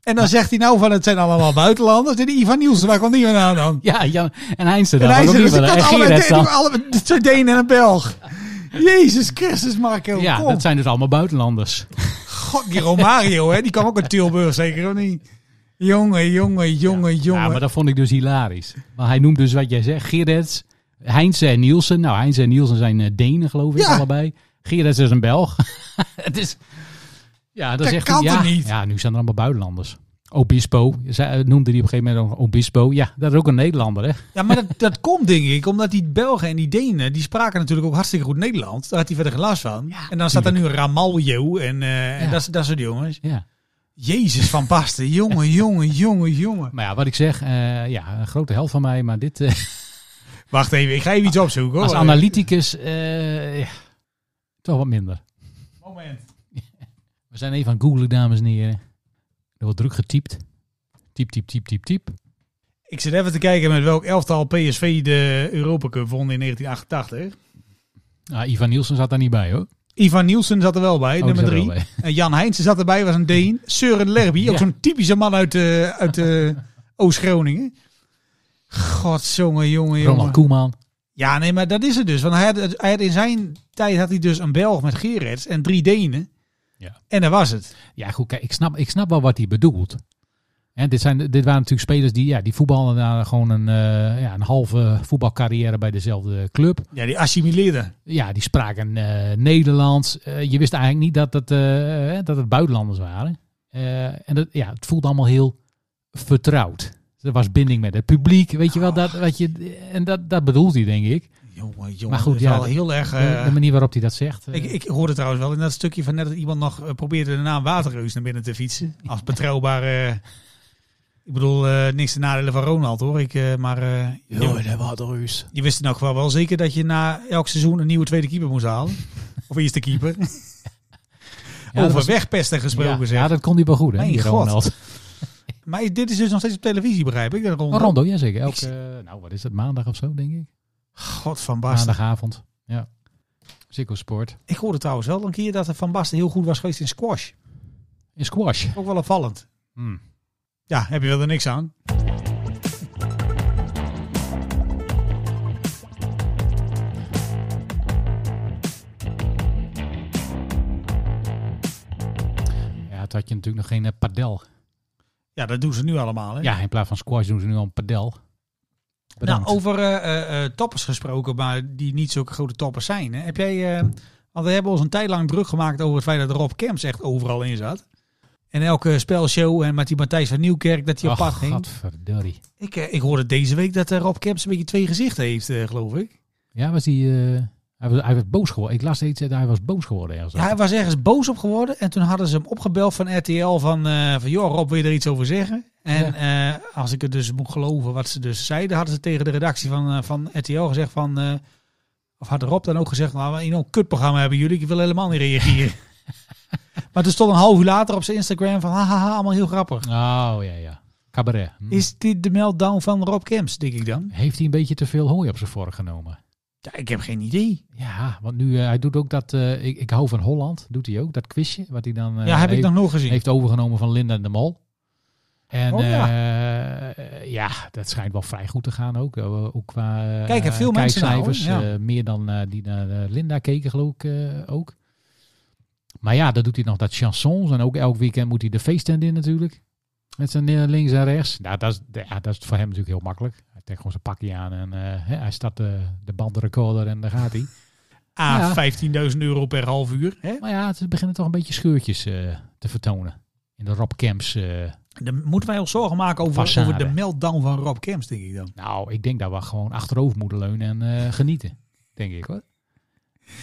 En dan zegt hij nou van het zijn allemaal buitenlanders. En die Ivan Nielsen, waar komt die vandaan dan? ja, Jan en Heinze En dan. hij waarom zegt, niet dus ik had wel? En allebei Gerrits dan. alle, twee Denen en een Belg. Jezus Christus, Marco. Ja, kom. dat zijn dus allemaal buitenlanders. God, die Romario, hè, die kwam ook uit Tilburg, zeker of niet? Jongen, jongen, jongen, jongen. Ja, maar dat vond ik dus hilarisch. Maar hij noemt dus wat jij zegt, Gerrits, Heinze en Nielsen. Nou, Heinze en Nielsen zijn eh, Denen, geloof ik, Ja. allebei. Gerrits is een Belg. Het is... Ja, dat Dat is echt... kan ja, toch niet? Ja, nu zijn er allemaal buitenlanders. Obispo, zij, noemde die op een gegeven moment ook Obispo. Ja, dat is ook een Nederlander, hè? Ja, maar dat, dat komt denk ik, omdat die Belgen en die Denen, die spraken natuurlijk ook hartstikke goed Nederlands. Daar had hij verder geen last van. en dan staat er nu Ramaljo en, eh en Ja. dat, dat soort jongens. Ja. Jezus van Basten, jongen, jongen, jongen, jongen. Maar ja, wat ik zeg, eh, ja, een grote held van mij. Maar dit, eh, Wacht even, ik ga even iets opzoeken hoor. als analyticus, eh, ja, toch wat minder. Moment. We zijn even aan het googlen, dames en heren. Er wordt druk getypt. Typ, typ, typ, typ, typ. Ik zit even te kijken met welk elftal PSV de Europa Cup won in 1988. Ah, Ivan Nielsen zat daar niet bij, hoor. Ivan Nielsen zat er wel bij, Oh, die nummer zat er drie. wel bij. En Jan Heijnsen zat erbij, was een Deen. Søren Lerby, ook Ja. zo'n typische man uit, eh, uit eh, Oost-Groningen. Godzongen, jongen, Ronald jongen. Koeman. Ja, nee, maar dat is het dus. Want hij had, hij had in zijn tijd had hij dus een Belg met Gerrits en drie Denen. Ja. En dat was het. Ja, goed, kijk, ik snap, ik snap wel wat hij bedoelt. En dit, zijn, dit waren natuurlijk spelers die, ja, die voetballen daar gewoon een, eh, ja, een halve voetbalcarrière bij dezelfde club. Ja, die assimileerden. Ja, die spraken eh, Nederlands. Eh, je wist eigenlijk niet dat het, eh, eh, dat het buitenlanders waren. Eh, en dat, ja, het voelde allemaal heel vertrouwd. Er was binding met het publiek, weet je wel. Oh. Dat, wat je, en dat, dat bedoelt hij, denk ik. Jongen, jongen. Maar goed, dat is ja, wel dat- heel erg... De- eh, de manier waarop hij dat zegt. eh, ik, ik hoorde trouwens wel in dat stukje van net dat iemand nog eh, probeerde de naam Waterreus naar binnen te fietsen. Als betrouwbare... eh, ik bedoel, eh, niks te nadelen van Ronald hoor. Ik, eh, maar eh, Jongen, dat was de Ruus. Je wist in elk geval wel zeker dat je na elk seizoen een nieuwe tweede keeper moest halen. Of eerste keeper. dat Over was- wegpesten gesproken Ja, zeg. ja, dat kon hij wel goed, hè, Mijn die god. Ronald. Maar dit is dus nog steeds op televisie, begrijp ik. Dat Oh, Ronald. Rondo, jazeker. Elke, zie- eh, nou, wat is het, maandag of zo, denk ik? God van Basten. Maandagavond, ja. Ziggo Sport. Ik hoorde trouwens wel een keer dat er Van Basten heel goed was geweest in squash. In squash. Ook wel opvallend. Hmm. Ja, heb je wel er niks aan. Ja, toen had je natuurlijk nog geen eh, padel. Ja, dat doen ze nu allemaal. Hè? Ja, in plaats van squash doen ze nu al een padel. Bedankt. Nou, over eh, eh, eh, toppers gesproken, maar die niet zulke grote toppers zijn. Hè? Heb jij, eh, want we hebben ons een tijd lang druk gemaakt over het feit dat Rob Kemps echt overal in zat. En elke spelshow en met die Matthijs van Nieuwkerk dat hij op pad Ach, ging. godverdorie. Ik, eh, ik hoorde deze week dat eh, Rob Kemps een beetje twee gezichten heeft, eh, geloof ik. Ja, was die, eh, hij, was, hij werd boos geworden. Ik las iets dat hij was boos geworden. ergens. Ja, hij was ergens boos op geworden en toen hadden ze hem opgebeld van RTL van, eh, van joh Rob, wil je er iets over zeggen? En eh, als ik het dus moet geloven wat ze dus zeiden, hadden ze tegen de redactie van, eh, van RTL gezegd van, eh, of had Rob dan ook gezegd, nou, in een kutprogramma hebben jullie, ik wil helemaal niet reageren. maar toen stond een half uur later op zijn Instagram van, hahaha, allemaal heel grappig. Oh, ja, ja. Cabaret. Hm. Is dit de meltdown van Rob Kemps, denk ik dan? Heeft hij een beetje te veel hooi op zijn vork genomen? Ja, ik heb geen idee. Ja, want nu, eh, hij doet ook dat, eh, ik, ik hou van Holland, doet hij ook, dat quizje, wat hij dan eh, ja, heb ik heeft, nog nooit gezien. heeft overgenomen van Linda de Mol. En Oh, ja. ja. ja, dat schijnt wel vrij goed te gaan ook, eh, ook qua eh, Kijken veel mensen naar, hoor. kijkcijfers, Ja. eh, meer dan eh, die naar eh, Linda keken geloof ik eh, ook. Maar ja, dan doet hij nog dat chansons en ook elk weekend moet hij de feesttent in natuurlijk. Met zijn eh, links en rechts. Nou, dat, is, ja, dat is voor hem natuurlijk heel makkelijk. Hij trekt gewoon zijn pakje aan en eh, hè, hij start de, de bandrecorder en daar gaat hij. A, 15.000 Ah, euro per half uur. Hè? Maar ja, ze beginnen toch een beetje scheurtjes eh, te vertonen. In de Rob Camps. eh, Dan moeten wij ons zorgen maken over, Façade. over de meltdown van Rob Kemps, denk ik dan. nou, ik denk dat we gewoon achterover moeten leunen en eh, genieten. Denk ik hoor.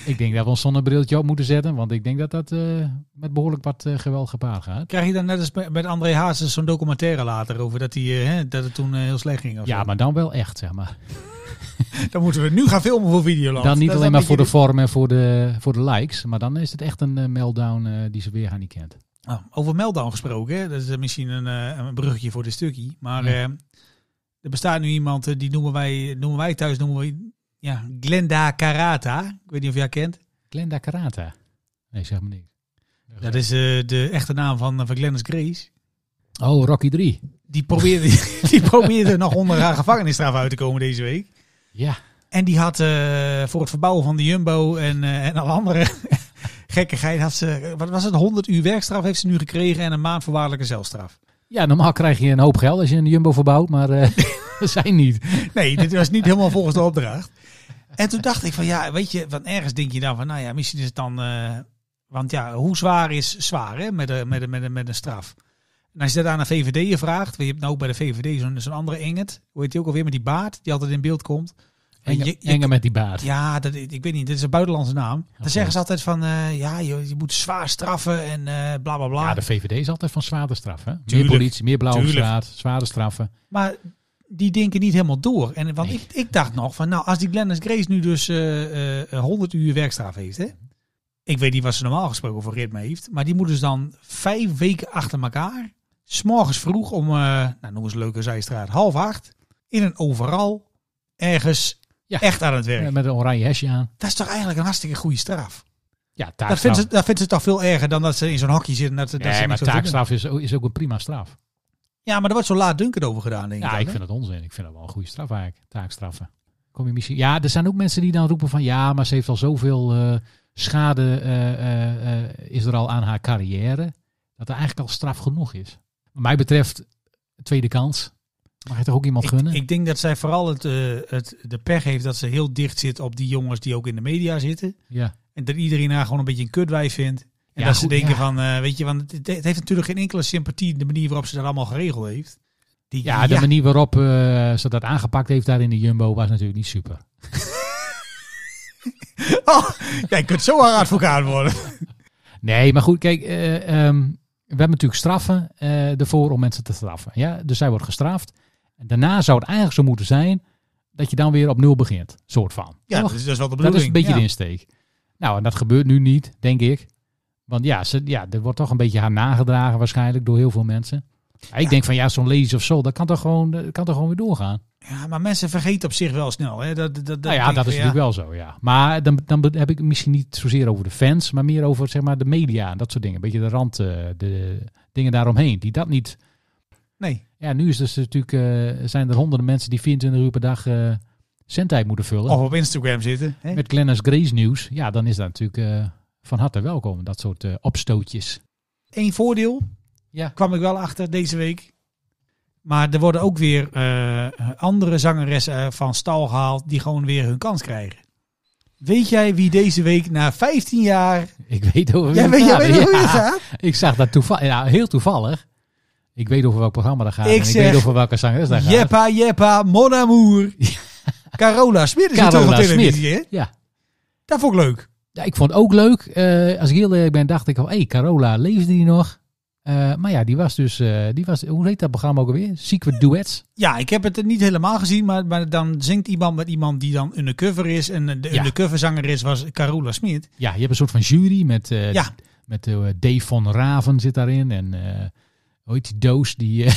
Ik denk dat we ons zonnebriltje op moeten zetten, want ik denk dat dat eh, met behoorlijk wat eh, geweld gepaard gaat. Krijg je dan net als met met André Hazes zo'n documentaire later over dat, die, eh, hè, dat het toen eh, heel slecht ging? Of Ja, zo? maar dan wel echt, zeg maar. Dan moeten we nu gaan filmen voor Videoland. Dan niet Dat is alleen maar een voor de beetje vorm en voor de, voor de likes, maar dan is het echt een eh, meltdown eh, die ze weer gaan niet kent. de- Oh, over Meltdown gesproken, hè. dat is eh, misschien een, eh, een bruggetje voor dit stukje. Maar Ja. eh, er bestaat nu iemand, eh, die noemen wij, noemen wij thuis noemen we, ja, Glenda Carata. Ik weet niet of jij haar kent. Glenda Carata. Nee, zeg maar niks. Dat is eh, de echte naam van, eh, van Glennis Grace. Oh, Rocky 3. Die probeerde, die probeerde nog onder haar gevangenisstraf uit te komen deze week. Ja. En die had eh, voor het verbouwen van de Jumbo en, eh en alle andere gekkigheid, had ze, wat was het, 100 uur werkstraf heeft ze nu gekregen en een maand voorwaardelijke zelfstraf. Ja, normaal krijg je een hoop geld als je een Jumbo verbouwt, maar eh zij niet. Nee, dit was niet helemaal volgens de opdracht. En toen dacht ik van ja, weet je, van ergens denk je dan van nou ja, misschien is het dan, eh, want ja, hoe zwaar is zwaar hè, met, een- met, een- met, een- met een straf. En als je dat aan een VVD'er vraagt, want je hebt nou ook bij de VVD zo'n zo'n andere Engert, hoe heet die ook alweer, met die baard die altijd in beeld komt. En Enge, je- je- enge met die baard. Ja, dat, ik weet niet. Dit is een buitenlandse naam. Dan Oké. zeggen ze altijd van, eh, ja, je, je moet zwaar straffen en eh bla bla bla. Ja, de VVD is altijd van zwaarder straffen. hè? Meer Tuurlijk. politie, meer blauwe Tuurlijk. straat, zwaarder straffen. Maar die denken niet helemaal door. En, want Nee. ik, ik dacht nog van, nou, als die Glennis Grace nu dus eh, eh, 100 uur werkstraf heeft, hè. Ik weet niet wat ze normaal gesproken voor ritme heeft. Maar die moet dus dan vijf weken achter elkaar. S'morgens vroeg om, eh nou noem eens een leuke zijstraat, half acht. In een overal. Ergens Ja. echt aan het werk. Eh, Met een oranje hesje aan. Dat is toch eigenlijk een hartstikke goede straf. Ja, Dat taakstraf. vindt, ze, dat vindt ze toch veel erger dan dat ze in zo'n hokje zitten. Dat, dat ze nee, niet maar zo veel doen. taakstraf is, ook- is ook een prima straf. Ja, maar er wordt zo laatdunkend over gedaan, denk ik. Ja, dan, ik hè? vind het onzin. Ik vind dat wel een goede straf eigenlijk, taakstraffen. Kom je misschien... Ja, er zijn ook mensen die dan roepen van... Ja, maar ze heeft al zoveel eh, schade... eh, eh, eh, is er al aan haar carrière... dat er eigenlijk al straf genoeg is. Wat mij betreft, tweede kans. Mag je toch ook iemand gunnen? Ik, ik denk dat zij vooral het, eh, het, de pech heeft dat ze heel dicht zit op die jongens die ook in de media zitten. ja. En dat iedereen haar gewoon een beetje een kutwijf vindt. En Ja, dat ze goed, denken ja. van, eh, weet je, want het, het heeft natuurlijk geen enkele sympathie de manier waarop ze dat allemaal geregeld heeft. Die, ja, de manier waarop eh, ze dat aangepakt heeft daar in de Jumbo... was natuurlijk niet super. Oh, jij kunt zo haar advocaat worden. Nee, maar goed, kijk, eh, ehm, we hebben natuurlijk straffen eh, ervoor om mensen te straffen. Ja? Dus zij wordt gestraft. En daarna zou het eigenlijk zo moeten zijn dat je dan weer op nul begint, soort van. Ja, dus Toch? dat is, dat is wel de dat bedoeling. is een beetje ja. de insteek. Nou, en dat gebeurt nu niet, denk ik. Want ja, ze, ja, er wordt toch een beetje haar nagedragen waarschijnlijk door heel veel mensen. Ja, ik denk van ja, zo'n ladies of zo, dat kan toch gewoon, dat kan toch gewoon weer doorgaan. Ja, maar mensen vergeten op zich wel snel. Hè. Dat, dat, dat nou ja, denk dat ik is van, natuurlijk wel zo, ja. Maar dan, dan be- heb ik het misschien niet zozeer over de fans, maar meer over zeg maar, de media en dat soort dingen. Een beetje de rand, eh, de dingen daaromheen, die dat niet... Nee. Ja, nu is dus natuurlijk, eh, zijn er honderden mensen die 24 uur per dag eh zendtijd moeten vullen. Of op Instagram zitten. Hè. Met Glennis Grace nieuws, ja, dan is dat natuurlijk eh, van harte welkom, dat soort eh, opstootjes. Eén voordeel Ja. kwam ik wel achter deze week. Maar er worden ook weer eh, andere zangeressen eh, van stal gehaald die gewoon weer hun kans krijgen. Weet jij wie deze week na 15 jaar... Ik weet over wie Jij het weet, jij gaat. weet hoe Ja, het gaat? Ik zag dat toevallig, ja, heel toevallig. Ik weet over welk programma dat gaat Ik en ik zeg- weet over welke zangeres dat gaat. Jeppa, Jeppa, Mon Amour. Carola Smit is er toch op Carola televisie, hè? Ja. Dat vond ik leuk. Ja, ik vond het ook leuk. Eh, als ik heel eerlijk ben, dacht ik al, hé, hey, Carola, leefde die nog? Eh, maar ja, die was dus, eh, die was, hoe heet dat programma ook alweer? Secret Duets. Ja, ik heb het er niet helemaal gezien, maar, maar dan zingt iemand met iemand die dan undercover is. En eh, de Ja. undercover zangeres was Carola Smit. Ja, je hebt een soort van jury met, eh, Ja. met eh, Dave van Raven zit daarin. En eh hoe heet die Doos, die, eh,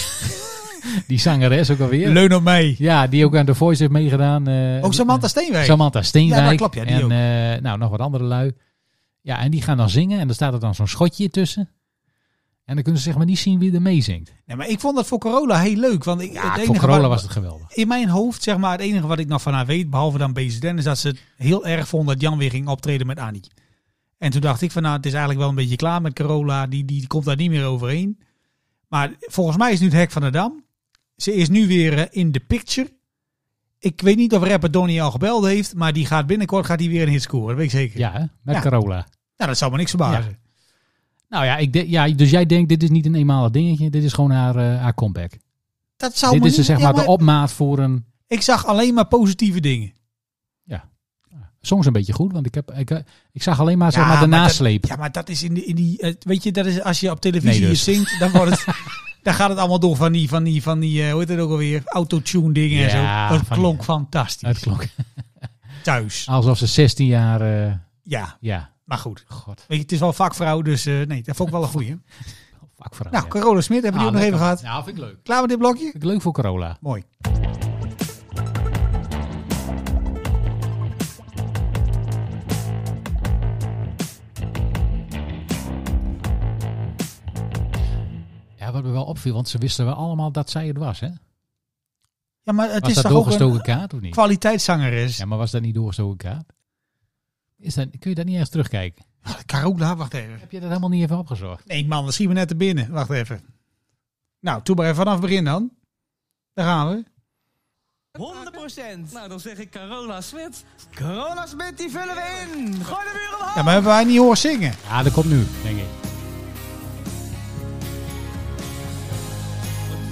die zangeres ook alweer. Leun op mij. Ja, die ook aan The Voice heeft meegedaan. eh, Ook Samantha Steenwijk. Samantha Steenwijk. Ja, dat klopt, ja, die en ook. eh, nou, nog wat andere lui. Ja, en die gaan dan zingen en dan staat er dan zo'n schotje tussen. En dan kunnen ze zeg maar niet zien wie er meezingt. Nee, maar ik vond dat voor Corolla heel leuk. Want ik, Ja, het voor enige Corolla wat- was het geweldig. In mijn hoofd, zeg maar, het enige wat ik nog van haar weet, behalve dan BZN, is dat ze het heel erg vond dat Jan weer ging optreden met Annie. En toen dacht ik van, nou, het is eigenlijk wel een beetje klaar met Corolla. Die, die, die komt daar niet meer overheen. Maar volgens mij is nu het hek van de dam. Ze is nu weer eh, in de picture. Ik weet niet of rapper Donnie al gebeld heeft, maar die gaat binnenkort gaat die weer een hit scoren. Dat weet ik zeker. Ja, hè? met Ja. Carola. Nou, dat zou me niks verbazen. Nou ja, ik denk- ja, dus jij denkt, dit is niet een eenmalig dingetje. Dit is gewoon haar, eh, haar comeback. Dat zou dit me is niet- dus zeg ja, maar de opmaat voor een... Ik zag alleen maar positieve dingen. soms een beetje goed, want ik, heb, ik, eh, ik zag alleen maar, zeg Ja, maar de maar dat- nasleep. Ja, maar dat is in die, in die eh, weet je, dat is als je op televisie Nee, je dus. zingt, dan wordt het, dan gaat het allemaal door van die, van die, van die, eh, hoe heet het ook alweer, autotune dingen en Ja, zo. Dat van die- klonk fantastisch. Het klonk Ah. Thuis. alsof ze 16 jaar, eh, Ja, ja, maar goed. god, Weet je, het is wel vakvrouw, dus eh, nee, dat vond ik wel een goeie. vakvrouw. Nou, ja. Carola Smit hebben we die Ah, ook nog even lekker. gehad. Ja, vind ik leuk. Klaar met dit blokje? Vind ik leuk voor Corolla. Mooi. Ja, wat me wel opviel, want ze wisten wel allemaal dat zij het was, hè? Ja, maar het Was is dat toch ook een doorgestoken kaart of niet? kwaliteitszanger is. Ja, maar was dat niet doorgestoken kaart? Is dat, kun je dat niet eens terugkijken? Carola, wacht even. Heb je dat helemaal niet even opgezocht? Nee, man, dat zien we net te binnen. Wacht even. Nou, doe maar even vanaf het begin dan. Daar gaan we. 100%. Nou, dan zeg ik Carola Smit. Carola Smit, die vullen we in. Gooi de muur omhoog. Ja, maar hebben wij niet horen zingen? Ja, dat komt nu, denk ik.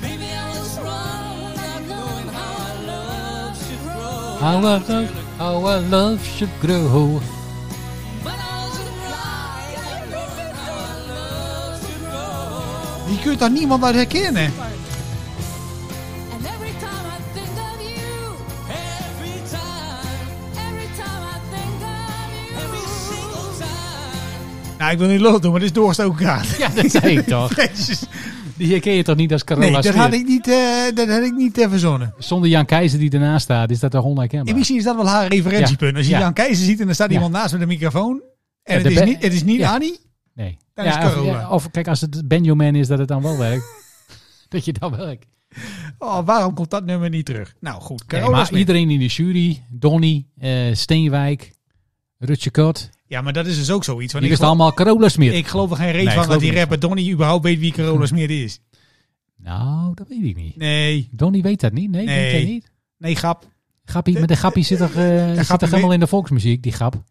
Maybe I was wrong, not knowing how our love should grow. How our love, how our love should grow. But I was right, not knowing how our love should grow. Je kunt daar niemand uit herkennen. And every time I think of you, every time, every time I think of you, every single time. Nou, ik wil niet lul doen, maar dit is doorgestoken kaart. Ja, dat zei ik toch. Jezus. Die herken je toch niet als Carola Nee, dat Smit? had ik niet, eh, dat had ik niet eh, verzonnen. Zonder Jan Keizer die ernaast staat, is dat toch onherkenbaar? En misschien is dat wel haar referentiepunt. Als je Ja. Jan Keizer ziet en er staat Ja. iemand naast met een microfoon. En de het, is be- niet, het is niet Ja. Annie. Nee. Dat is of- Carola. Of, kijk, als het Benjamin is, dat het dan wel werkt. dat je dan werkt. Oh, waarom komt dat nummer niet terug? Nou goed, Nee, Carola maar Smit. iedereen in de jury, Donny, eh, Steenwijk, Rutje Kot, Ja, maar dat is dus ook zoiets. Want die ik, wist geloof, allemaal Carola Smit. ik geloof er geen reet Nee, van dat geloof die ik rapper Donnie überhaupt weet wie Carola Smit is. Nou, dat weet ik niet. Nee, Donny weet dat niet. Nee, Nee. weet hij niet. nee grap. Grappie, maar de grappie zit toch, eh, zit grappie toch weet- helemaal in de volksmuziek, die grap?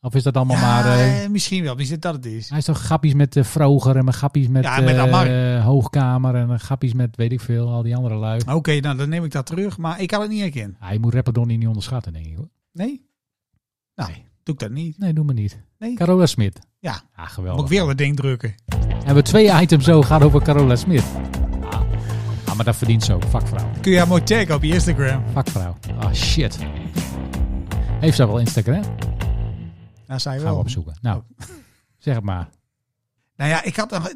Of is dat allemaal Ja, maar... eh, eh, misschien wel, misschien dat het is. hij is toch grappies met eh, Vroger en maar grappies met, Ja, met eh, Amar. Hoogkamer en eh, grappies met weet ik veel, al die andere lui. Oké, nou dan neem ik dat terug, maar ik kan het niet herkennen. Hij Ah, moet rapper Donny niet onderschatten, denk ik hoor. Nee? Nou, doe ik dat niet. Nee, doe maar niet. Nee. Carola Smit. Ja. Ah, Moet geweldig. ik weer dat ding drukken. Hebben we twee items zo gaat over Carola Smit. Ah. Ah, maar dat verdient zo. Vakvrouw. Kun je haar mooi taggen op je Instagram? Vakvrouw. Ah, shit. Heeft zij wel Instagram? Nou, zij Gaan we wel. opzoeken. Nou, zeg het maar. Nou ja, ik had, nog-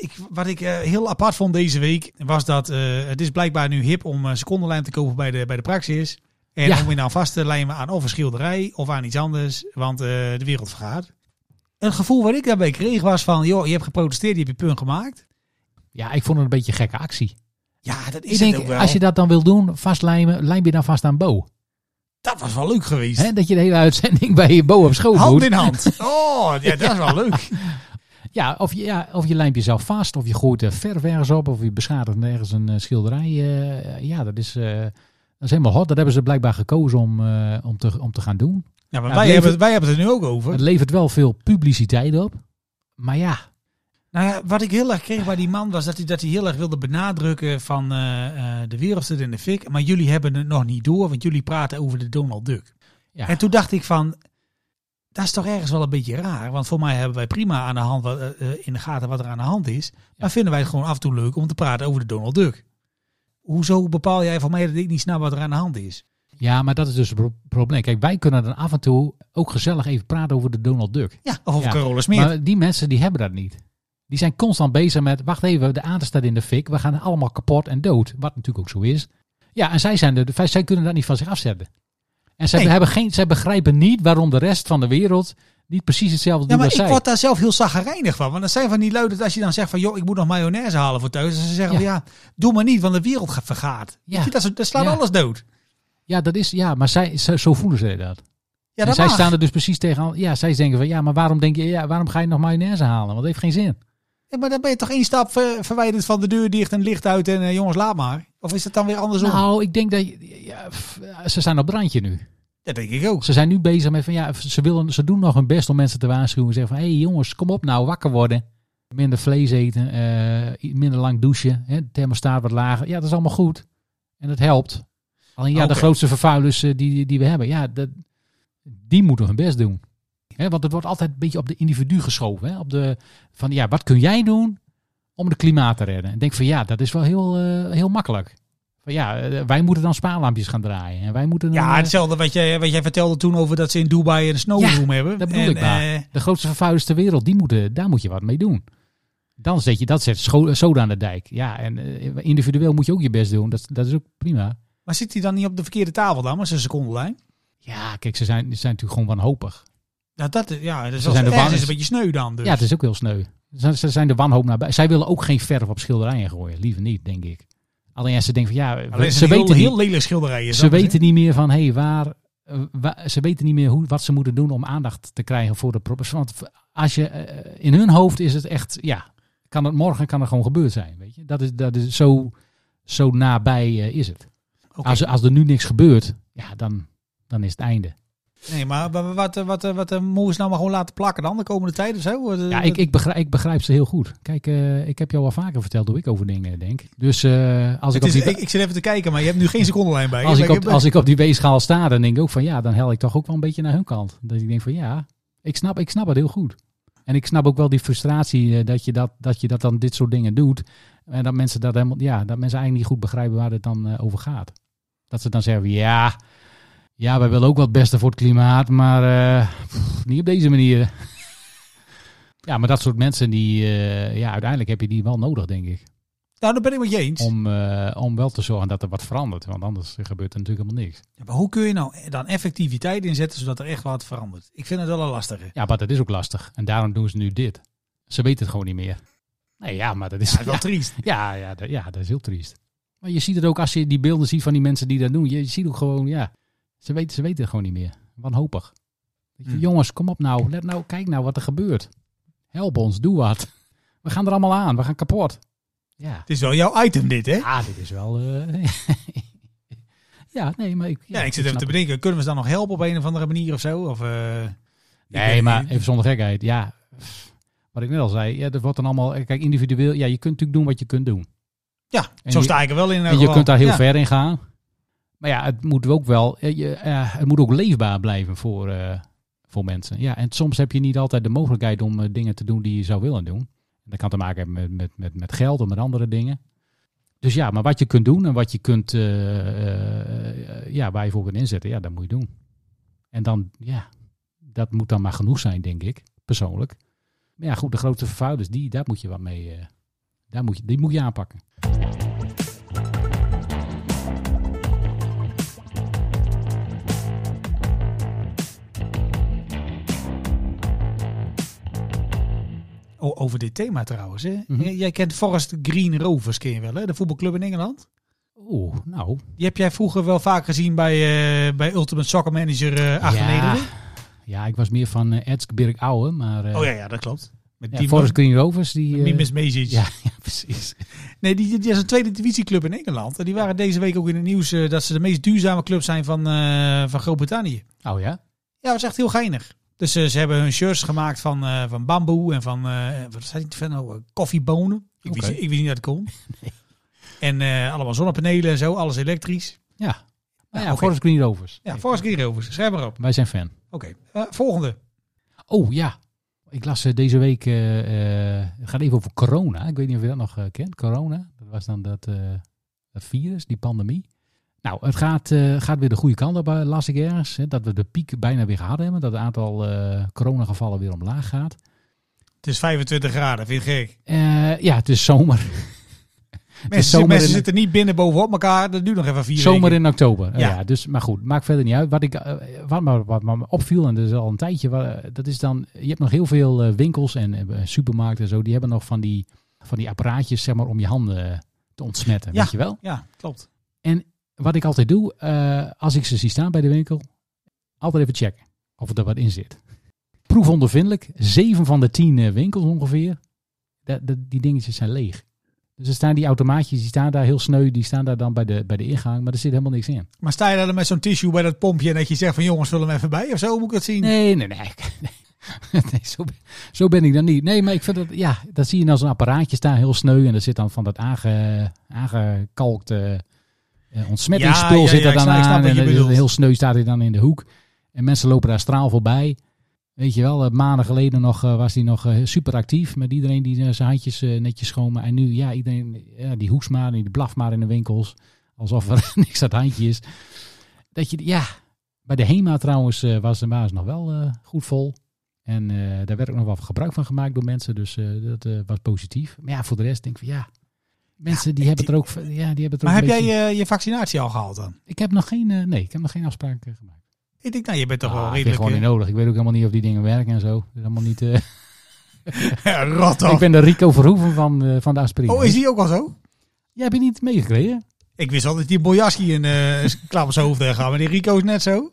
ik, wat ik eh, heel apart vond deze week, was dat eh, het is blijkbaar nu hip om eh, secondenlijm te kopen bij de, bij de praxis. En Ja. om je nou vast te lijmen aan of een schilderij of aan iets anders, want eh, de wereld vergaat. Een gevoel wat ik daarbij kreeg was van, joh, je hebt geprotesteerd, je hebt je punt gemaakt. Ja, ik vond het een beetje een gekke actie. Ja, dat is ik het denk, ook wel. als je dat dan wil doen, vastlijmen, lijm je dan vast aan Bo. Dat was wel leuk geweest. Hè, dat je de hele uitzending bij je Bo op schoot Hand moet. in hand. Oh, ja, dat is wel leuk. Ja, of je, ja, of je lijmt jezelf vast, of je gooit er verf ergens op, of je beschadigt nergens een eh, schilderij. Eh, ja, dat is, eh, dat is helemaal hot. Dat hebben ze blijkbaar gekozen om, eh, om, te, om te gaan doen. Ja, maar Ja, wij, leven- hebben, het- wij hebben het er nu ook over. Het levert wel veel publiciteit op. Maar ja, Nou ja, wat ik heel erg kreeg bij die man was dat hij, dat hij heel erg wilde benadrukken van eh, eh, de wereld zit in de fik. Maar jullie hebben het nog niet door, want jullie praten over de Donald Duck. Ja. En toen dacht ik van, dat is toch ergens wel een beetje raar. Want voor mij hebben wij prima aan de hand wat, eh, eh, in de gaten wat er aan de hand is. Maar vinden wij het gewoon af en toe leuk om te praten over de Donald Duck. Hoezo bepaal jij voor mij dat ik niet snap wat er aan de hand is? ja, maar dat is dus het pro- probleem. Kijk, wij kunnen dan af en toe ook gezellig even praten over de Donald Duck. Ja, of over Ja, Carola Smeer. Maar die mensen die hebben dat niet. Die zijn constant bezig met, wacht even, de aarde staat in de fik. We gaan allemaal kapot en dood. Wat natuurlijk ook zo is. Ja, en zij, zijn de, de- zij kunnen dat niet van zich afzetten. En zij, Nee. hebben geen, zij begrijpen niet waarom de rest van de wereld niet precies hetzelfde Ja, doet maar als ik zij. word daar zelf heel zagrijnig van. Want dat zijn van die lui dat als je dan zegt van... joh, ik moet nog mayonaise halen voor thuis. En ze zeggen Ja. van ja, doe maar niet, want de wereld gaat vergaat. Ja. Weet je, dat, is- dat slaat Ja. alles dood. Ja, dat is, ja maar zij, zo, zo voelen ze dat. Ja, en dat zij mag. staan er dus precies tegenaan. Ja, zij denken van, ja, maar waarom, denk je, ja, waarom ga je nog mayonaise halen? Want dat heeft geen zin. Ja, maar dan ben je toch één stap ver- verwijderd van de deur dicht en licht uit. En eh, jongens, laat maar. Of is dat dan weer andersom? Nou, ik denk dat... je- Ja, f- ze zijn op brandje nu. dat denk ik ook. Ze zijn nu bezig met van ja, ze, willen, ze doen nog hun best om mensen te waarschuwen. Zeggen van hé hey jongens, kom op nou, wakker worden. Minder vlees eten, eh, minder lang douchen, hè, de thermostaat wat lager. Ja, dat is allemaal goed. En dat helpt. Alleen ja, Oké. de grootste vervuilers eh, die, die we hebben. Ja, dat, die moeten hun best doen. Hè, want het wordt altijd een beetje op de individu geschoven. Hè? Op de, van ja, wat kun jij doen om het klimaat te redden? En ik denk van ja, dat is wel heel, eh, heel makkelijk. Van ja, eh, wij moeten dan spaarlampjes gaan draaien. En wij moeten dan, Ja, eh, hetzelfde wat jij, wat jij vertelde toen over dat ze in Dubai een snowroom hebben. dat bedoel En, ik maar. eh, de grootste vervuilers ter wereld, die moeten, daar moet je wat mee doen. Dan zet je dat zet scho- soda aan de dijk. Ja, en eh, individueel moet je ook je best doen. Dat, dat is ook prima. maar zit hij dan niet op de verkeerde tafel dan, maar zijn secondenlijn? Ja, kijk, ze zijn, ze zijn natuurlijk gewoon wanhopig. Ja, dat, is- ja, dat is, Ze wel- zijn de ergens baas. is een beetje sneu dan. Dus. Ja, het is ook heel sneu. Ze, ze zijn de wanhoop nabij. Zij willen ook geen verf op schilderijen gooien. Liever niet, denk ik. Alleen als ze denken van ja, we- Alleen ze ze heel, weten, heel niet, lelijk schilderijen. ze snap je? weten niet meer van hé, hey, waar, eh, wa- Ze weten niet meer hoe, wat ze moeten doen om aandacht te krijgen voor de problemen. Want als je, eh, in hun hoofd is het echt, ja, kan het morgen kan er gewoon gebeurd zijn. Weet je? Dat is, dat is zo, zo nabij eh, is het. Oké. Als, als er nu niks gebeurt, ja, dan, dan is het einde. Nee, maar wa- wa- wat, eh, wat, eh, wat, eh, moeten ze nou maar gewoon laten plakken dan de komende tijd of zo? Eh, Ja, dat- ik, ik, begrijp, ik begrijp ze heel goed. Kijk, eh, ik heb jou al vaker verteld hoe ik over dingen denk. Dus eh, als, ik het op is, die, ik, ik zit even te kijken, maar je hebt nu geen secondenlijn bij. als, Maar ik op, heb- als ik op die weegschaal sta, dan denk ik ook van ja, dan hel ik toch ook wel een beetje naar hun kant. Dat ik denk van ja, ik snap, ik snap het heel goed. En ik snap ook wel die frustratie eh, dat, je dat, dat je dat dan dit soort dingen doet. En dat mensen, dat helemaal, ja, dat mensen eigenlijk niet goed begrijpen waar het dan eh, over gaat. Dat ze dan zeggen, ja, ja, wij willen ook wel het beste voor het klimaat, maar eh, pff, niet op deze manier. ja, maar dat soort mensen, die, eh, ja, uiteindelijk heb je die wel nodig, denk ik. nou, daar ben ik met je eens. Om, eh, om wel te zorgen dat er wat verandert, want anders gebeurt er natuurlijk helemaal niks. Ja, maar hoe kun je nou dan effectiviteit inzetten zodat er echt wat verandert? Ik vind het wel een lastige. Ja, maar dat is ook lastig. En daarom doen ze nu dit. Ze weten het gewoon niet meer. Nee, ja, maar dat is... Ja, Ja, wel triest. ja, ja, dat, ja, dat is heel triest. Maar je ziet het ook als je die beelden ziet van die mensen die dat doen. Je ziet ook gewoon, ja, ze weten, ze weten het gewoon niet meer. Wanhopig. Weet je, Hm. Jongens, kom op nou. Let nou, kijk nou wat er gebeurt. Help ons, doe wat. We gaan er allemaal aan. We gaan kapot. Ja, Het is wel jouw item dit, hè? ja dit is wel... eh, ja, nee, maar ik... Ja, ik zit even snap te het. bedenken. Kunnen we ze dan nog helpen op een of andere manier of zo? Of, eh, ik Nee, weet maar niet. even zonder gekheid. Ja, pff, wat ik net al zei. Ja, dat wordt dan allemaal... Kijk, individueel. Ja, je kunt natuurlijk doen wat je kunt doen. Ja, en zo je- sta ik er wel in. eh, En je gewoon. kunt daar heel Ja. ver in gaan. Maar ja, het moet ook wel... eh, Je, eh, het moet ook leefbaar blijven voor, eh, voor mensen. Ja, en soms heb je niet altijd de mogelijkheid om eh, dingen te doen die je zou willen doen. Dat kan te maken hebben met, met, met, met geld en met andere dingen. Dus ja, maar wat je kunt doen en wat je kunt... eh, eh, eh, ja, waar je voor kunt inzetten. Ja, dat moet je doen. En dan, ja, dat moet dan maar genoeg zijn, denk ik, persoonlijk. Maar ja, goed, de grote vervuilers, die, daar moet je wat mee, eh, daar moet je, die moet je aanpakken. O- over dit thema trouwens. Hè? Mhm. Jij- Jij kent Forest Green Rovers, ken je wel, hè? De voetbalclub in Engeland. Oeh, nou. Die heb jij vroeger wel vaak gezien bij, eh, bij Ultimate Soccer Manager eh 8 ja, Nederland. ja, ik was meer van eh Edsberg Ouwe, maar eh Oh ja, ja, dat klopt. Met ja, die Forest Green Rovers, die... eh, Mimes Mezic. ja, ja, precies. Nee, die, die is een tweede divisieclub in Engeland. En die waren deze week ook in het nieuws eh, dat ze de meest duurzame club zijn van, eh, van Groot-Brittannië. Oh ja? Ja, dat is echt heel geinig. Dus eh, ze hebben hun shirts gemaakt van, eh, van bamboe en van, eh, wat zei die van nou, eh, koffiebonen. Ik, Oké. wist, ik wist niet dat het kon. En eh, allemaal zonnepanelen en zo, alles elektrisch. Ja. Maar Nou ja, oké. Forest Green Rovers. Ja, Kijk, Forest Green Rovers, schrijf maar op. Wij zijn fan. Oké, eh, volgende. Oh ja. Ik las eh, deze week, eh, eh, het gaat even over corona. Ik weet niet of je dat nog eh, kent. Corona, dat was dan dat, eh, dat virus, die pandemie. Nou, het gaat, eh, gaat weer de goede kant op, eh, las ik ergens. Hè, dat we de piek bijna weer gehad hebben. Dat het aantal eh, coronagevallen weer omlaag gaat. Het is 25 graden, vind je gek. Eh, ja, het is zomer. Mensen, zomer mensen in- zitten niet binnen bovenop elkaar. Dat duurt nog even vier Zomer weken. in oktober. Ja. Ja. ja, dus, maar goed, maakt verder niet uit. Wat, ik, eh, wat, me, wat me opviel, en dat is al een tijdje, wa- eh, dat is dan, je hebt nog heel veel eh, winkels en eh, supermarkten en zo, die hebben nog van die, van die apparaatjes, zeg maar, om je handen eh, te ontsmetten, Ja. weet je wel? Ja, klopt. Wat ik altijd doe, eh, als ik ze zie staan bij de winkel, altijd even checken of er wat in zit. Proefondervindelijk, zeven van de tien eh, winkels ongeveer, dat- dat- die dingetjes zijn leeg. Dus er staan die automaatjes, die staan daar heel sneu, die staan daar dan bij de, bij de ingang, maar er zit helemaal niks in. Maar sta je daar dan met zo'n tissue bij dat pompje en dat je zegt van jongens, vul hem even bij of zo, moet ik dat zien? Nee, nee, nee. Nee, zo, ben- zo ben ik dan niet. Nee, maar ik vind dat, ja, dat zie je dan zo'n apparaatje staan, heel sneu. En er zit dan van dat aange, aangekalkte eh, ontsmettingsspul Ja, ja, ja, zit er ik dan snap- ik snap aan. wat en je dat is bedoelt. heel sneu staat hij dan in de hoek. En mensen lopen daar straal voorbij. Weet je wel, eh, maanden geleden nog, eh, was hij nog eh, super actief met iedereen die eh, zijn handjes eh, netjes schoonmaakt. En nu, ja, iedereen, ja, die hoesma en die blaf maar in de winkels. Alsof er niks aan het handje is. Dat je, ja, bij de HEMA trouwens eh, was de Maas nog wel eh, goed vol. En eh, daar werd ook nog wel gebruik van gemaakt door mensen. Dus eh, dat eh, was positief. Maar ja, voor de rest denk ik van ja. Mensen die hebben het er ook. v- Ja, die hebben het er Maar ook heb een jij beetje- eh, je vaccinatie al gehaald dan? Ik heb nog geen. eh, nee, ik heb nog geen afspraak eh, gemaakt. Ik denk, nou, je bent toch Ah, wel ik ben redelijk... gewoon niet nodig. Ik weet ook helemaal niet of die dingen werken en zo. Dat is allemaal niet. eh, eh, rot ik op. ben de Rico Verhoeven van, eh, van de aspirine. Oh, is die ook al zo? Jij hebt je niet meegekregen. Ik wist al dat die Bojaski een eh klap op zijn hoofd heen gaat, maar die Rico is net zo.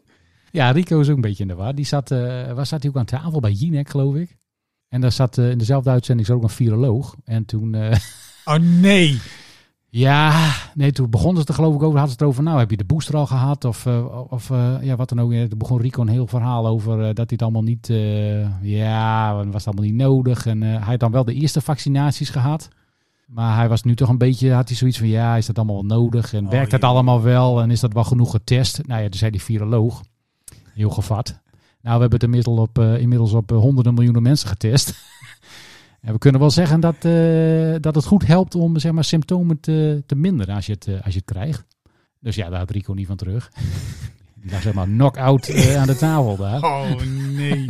Ja, Rico is ook een beetje in de war. Die zat, eh waar zat hij ook aan tafel? Bij Jinek, geloof ik. En daar zat eh, in dezelfde uitzending zat ook een viroloog. En toen. eh, Oh nee. Ja, nee, toen begonnen ze er geloof ik over. Hadden ze het over, nou heb je de booster al gehad? Of, eh, of eh, ja, wat dan ook. Ja, Toen begon Rico een heel verhaal over eh, dat hij het allemaal niet... eh, ja, was het allemaal niet nodig. En eh, hij had dan wel de eerste vaccinaties gehad. Maar hij was nu toch een beetje, had hij zoiets van, ja, is dat allemaal wel nodig? En Oh, werkt dat jee. allemaal wel? En is dat wel genoeg getest? Nou ja, toen zei die viroloog, heel gevat. Nou, we hebben het inmiddels op, eh, inmiddels op eh, honderden miljoenen mensen getest. En we kunnen wel zeggen dat, eh, dat het goed helpt om zeg maar, symptomen te, te minderen als je, het, eh, als je het krijgt. Dus ja, daar had Rico niet van terug. Die lag zeg maar knock-out eh, aan de tafel daar. Oh nee.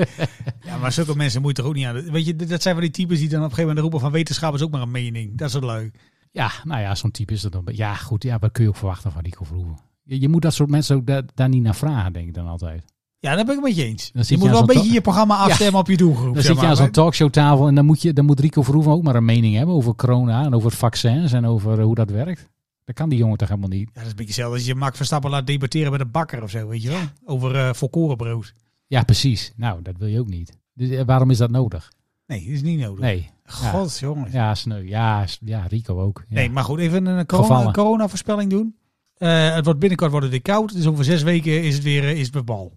Ja, maar zulke mensen moet je er ook niet aan. Weet je, d- dat zijn wel die types die dan op een gegeven moment roepen van wetenschap is ook maar een mening. Dat is wat leuk. Ja, nou ja, zo'n type is dat dan. Ja, goed, ja, wat kun je ook verwachten van Rico Verhoeven? Je, je moet dat soort mensen ook da- daar niet naar vragen, denk ik dan altijd. Ja, dat ben ik met je eens. Dan zit Je je moet aan wel een zo'n beetje to- je programma afstemmen op je doelgroep. Dan zeg zit je aan maar. zo'n talkshowtafel en dan moet, je, dan moet Rico Verhoeven ook maar een mening hebben over corona en over vaccins en over eh, hoe dat werkt. Dat kan die jongen toch helemaal niet? Ja, dat is een beetje hetzelfde als je Max Verstappen laat debatteren met een bakker of zo, weet je wel? Over eh volkorenbrood. Ja, precies. Nou, dat wil je ook niet. Dus eh, waarom is dat nodig? Nee, dat is niet nodig. Nee. God, jongens. Ja, sneu. Ja, s- ja Rico ook. Ja. Nee, maar goed, even een corona, Gevallen. een corona-voorspelling doen. Eh, het wordt binnenkort wordt het weer koud, dus over zes weken is het weer eh, is het weer bal.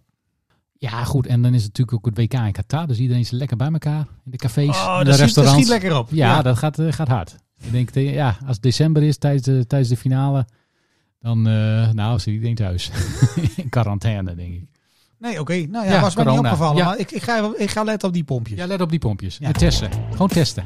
ja, goed. En dan is het natuurlijk ook het WK in Qatar. Dus iedereen is lekker bij elkaar. In de cafés, Oh, dat, in de schiet, dat restaurants. schiet lekker op. ja, dat gaat, eh, gaat hard. Ik denk, eh, ja, als het december is tijdens de, tijdens de finale, dan eh, nou, zit iedereen thuis. in quarantaine, denk ik. Nee, oké. Nou ja, Ja, was mij niet corona. opgevallen. Ja. Maar ik, ik, ga, ik ga letten op die pompjes. Ja, let op die pompjes. Ja. En testen. Gewoon testen.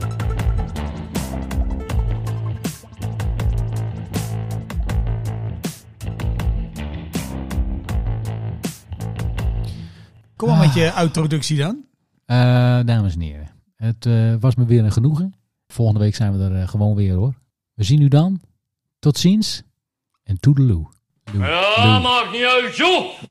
Kom maar Ah. met je introductie dan. Eh, dames en heren, het eh, was me weer een genoegen. Volgende week zijn we er eh, gewoon weer hoor. We zien u dan. Tot ziens. En toedeloe. Doe, Ja, doe. Ah, maakt niet uit, joh!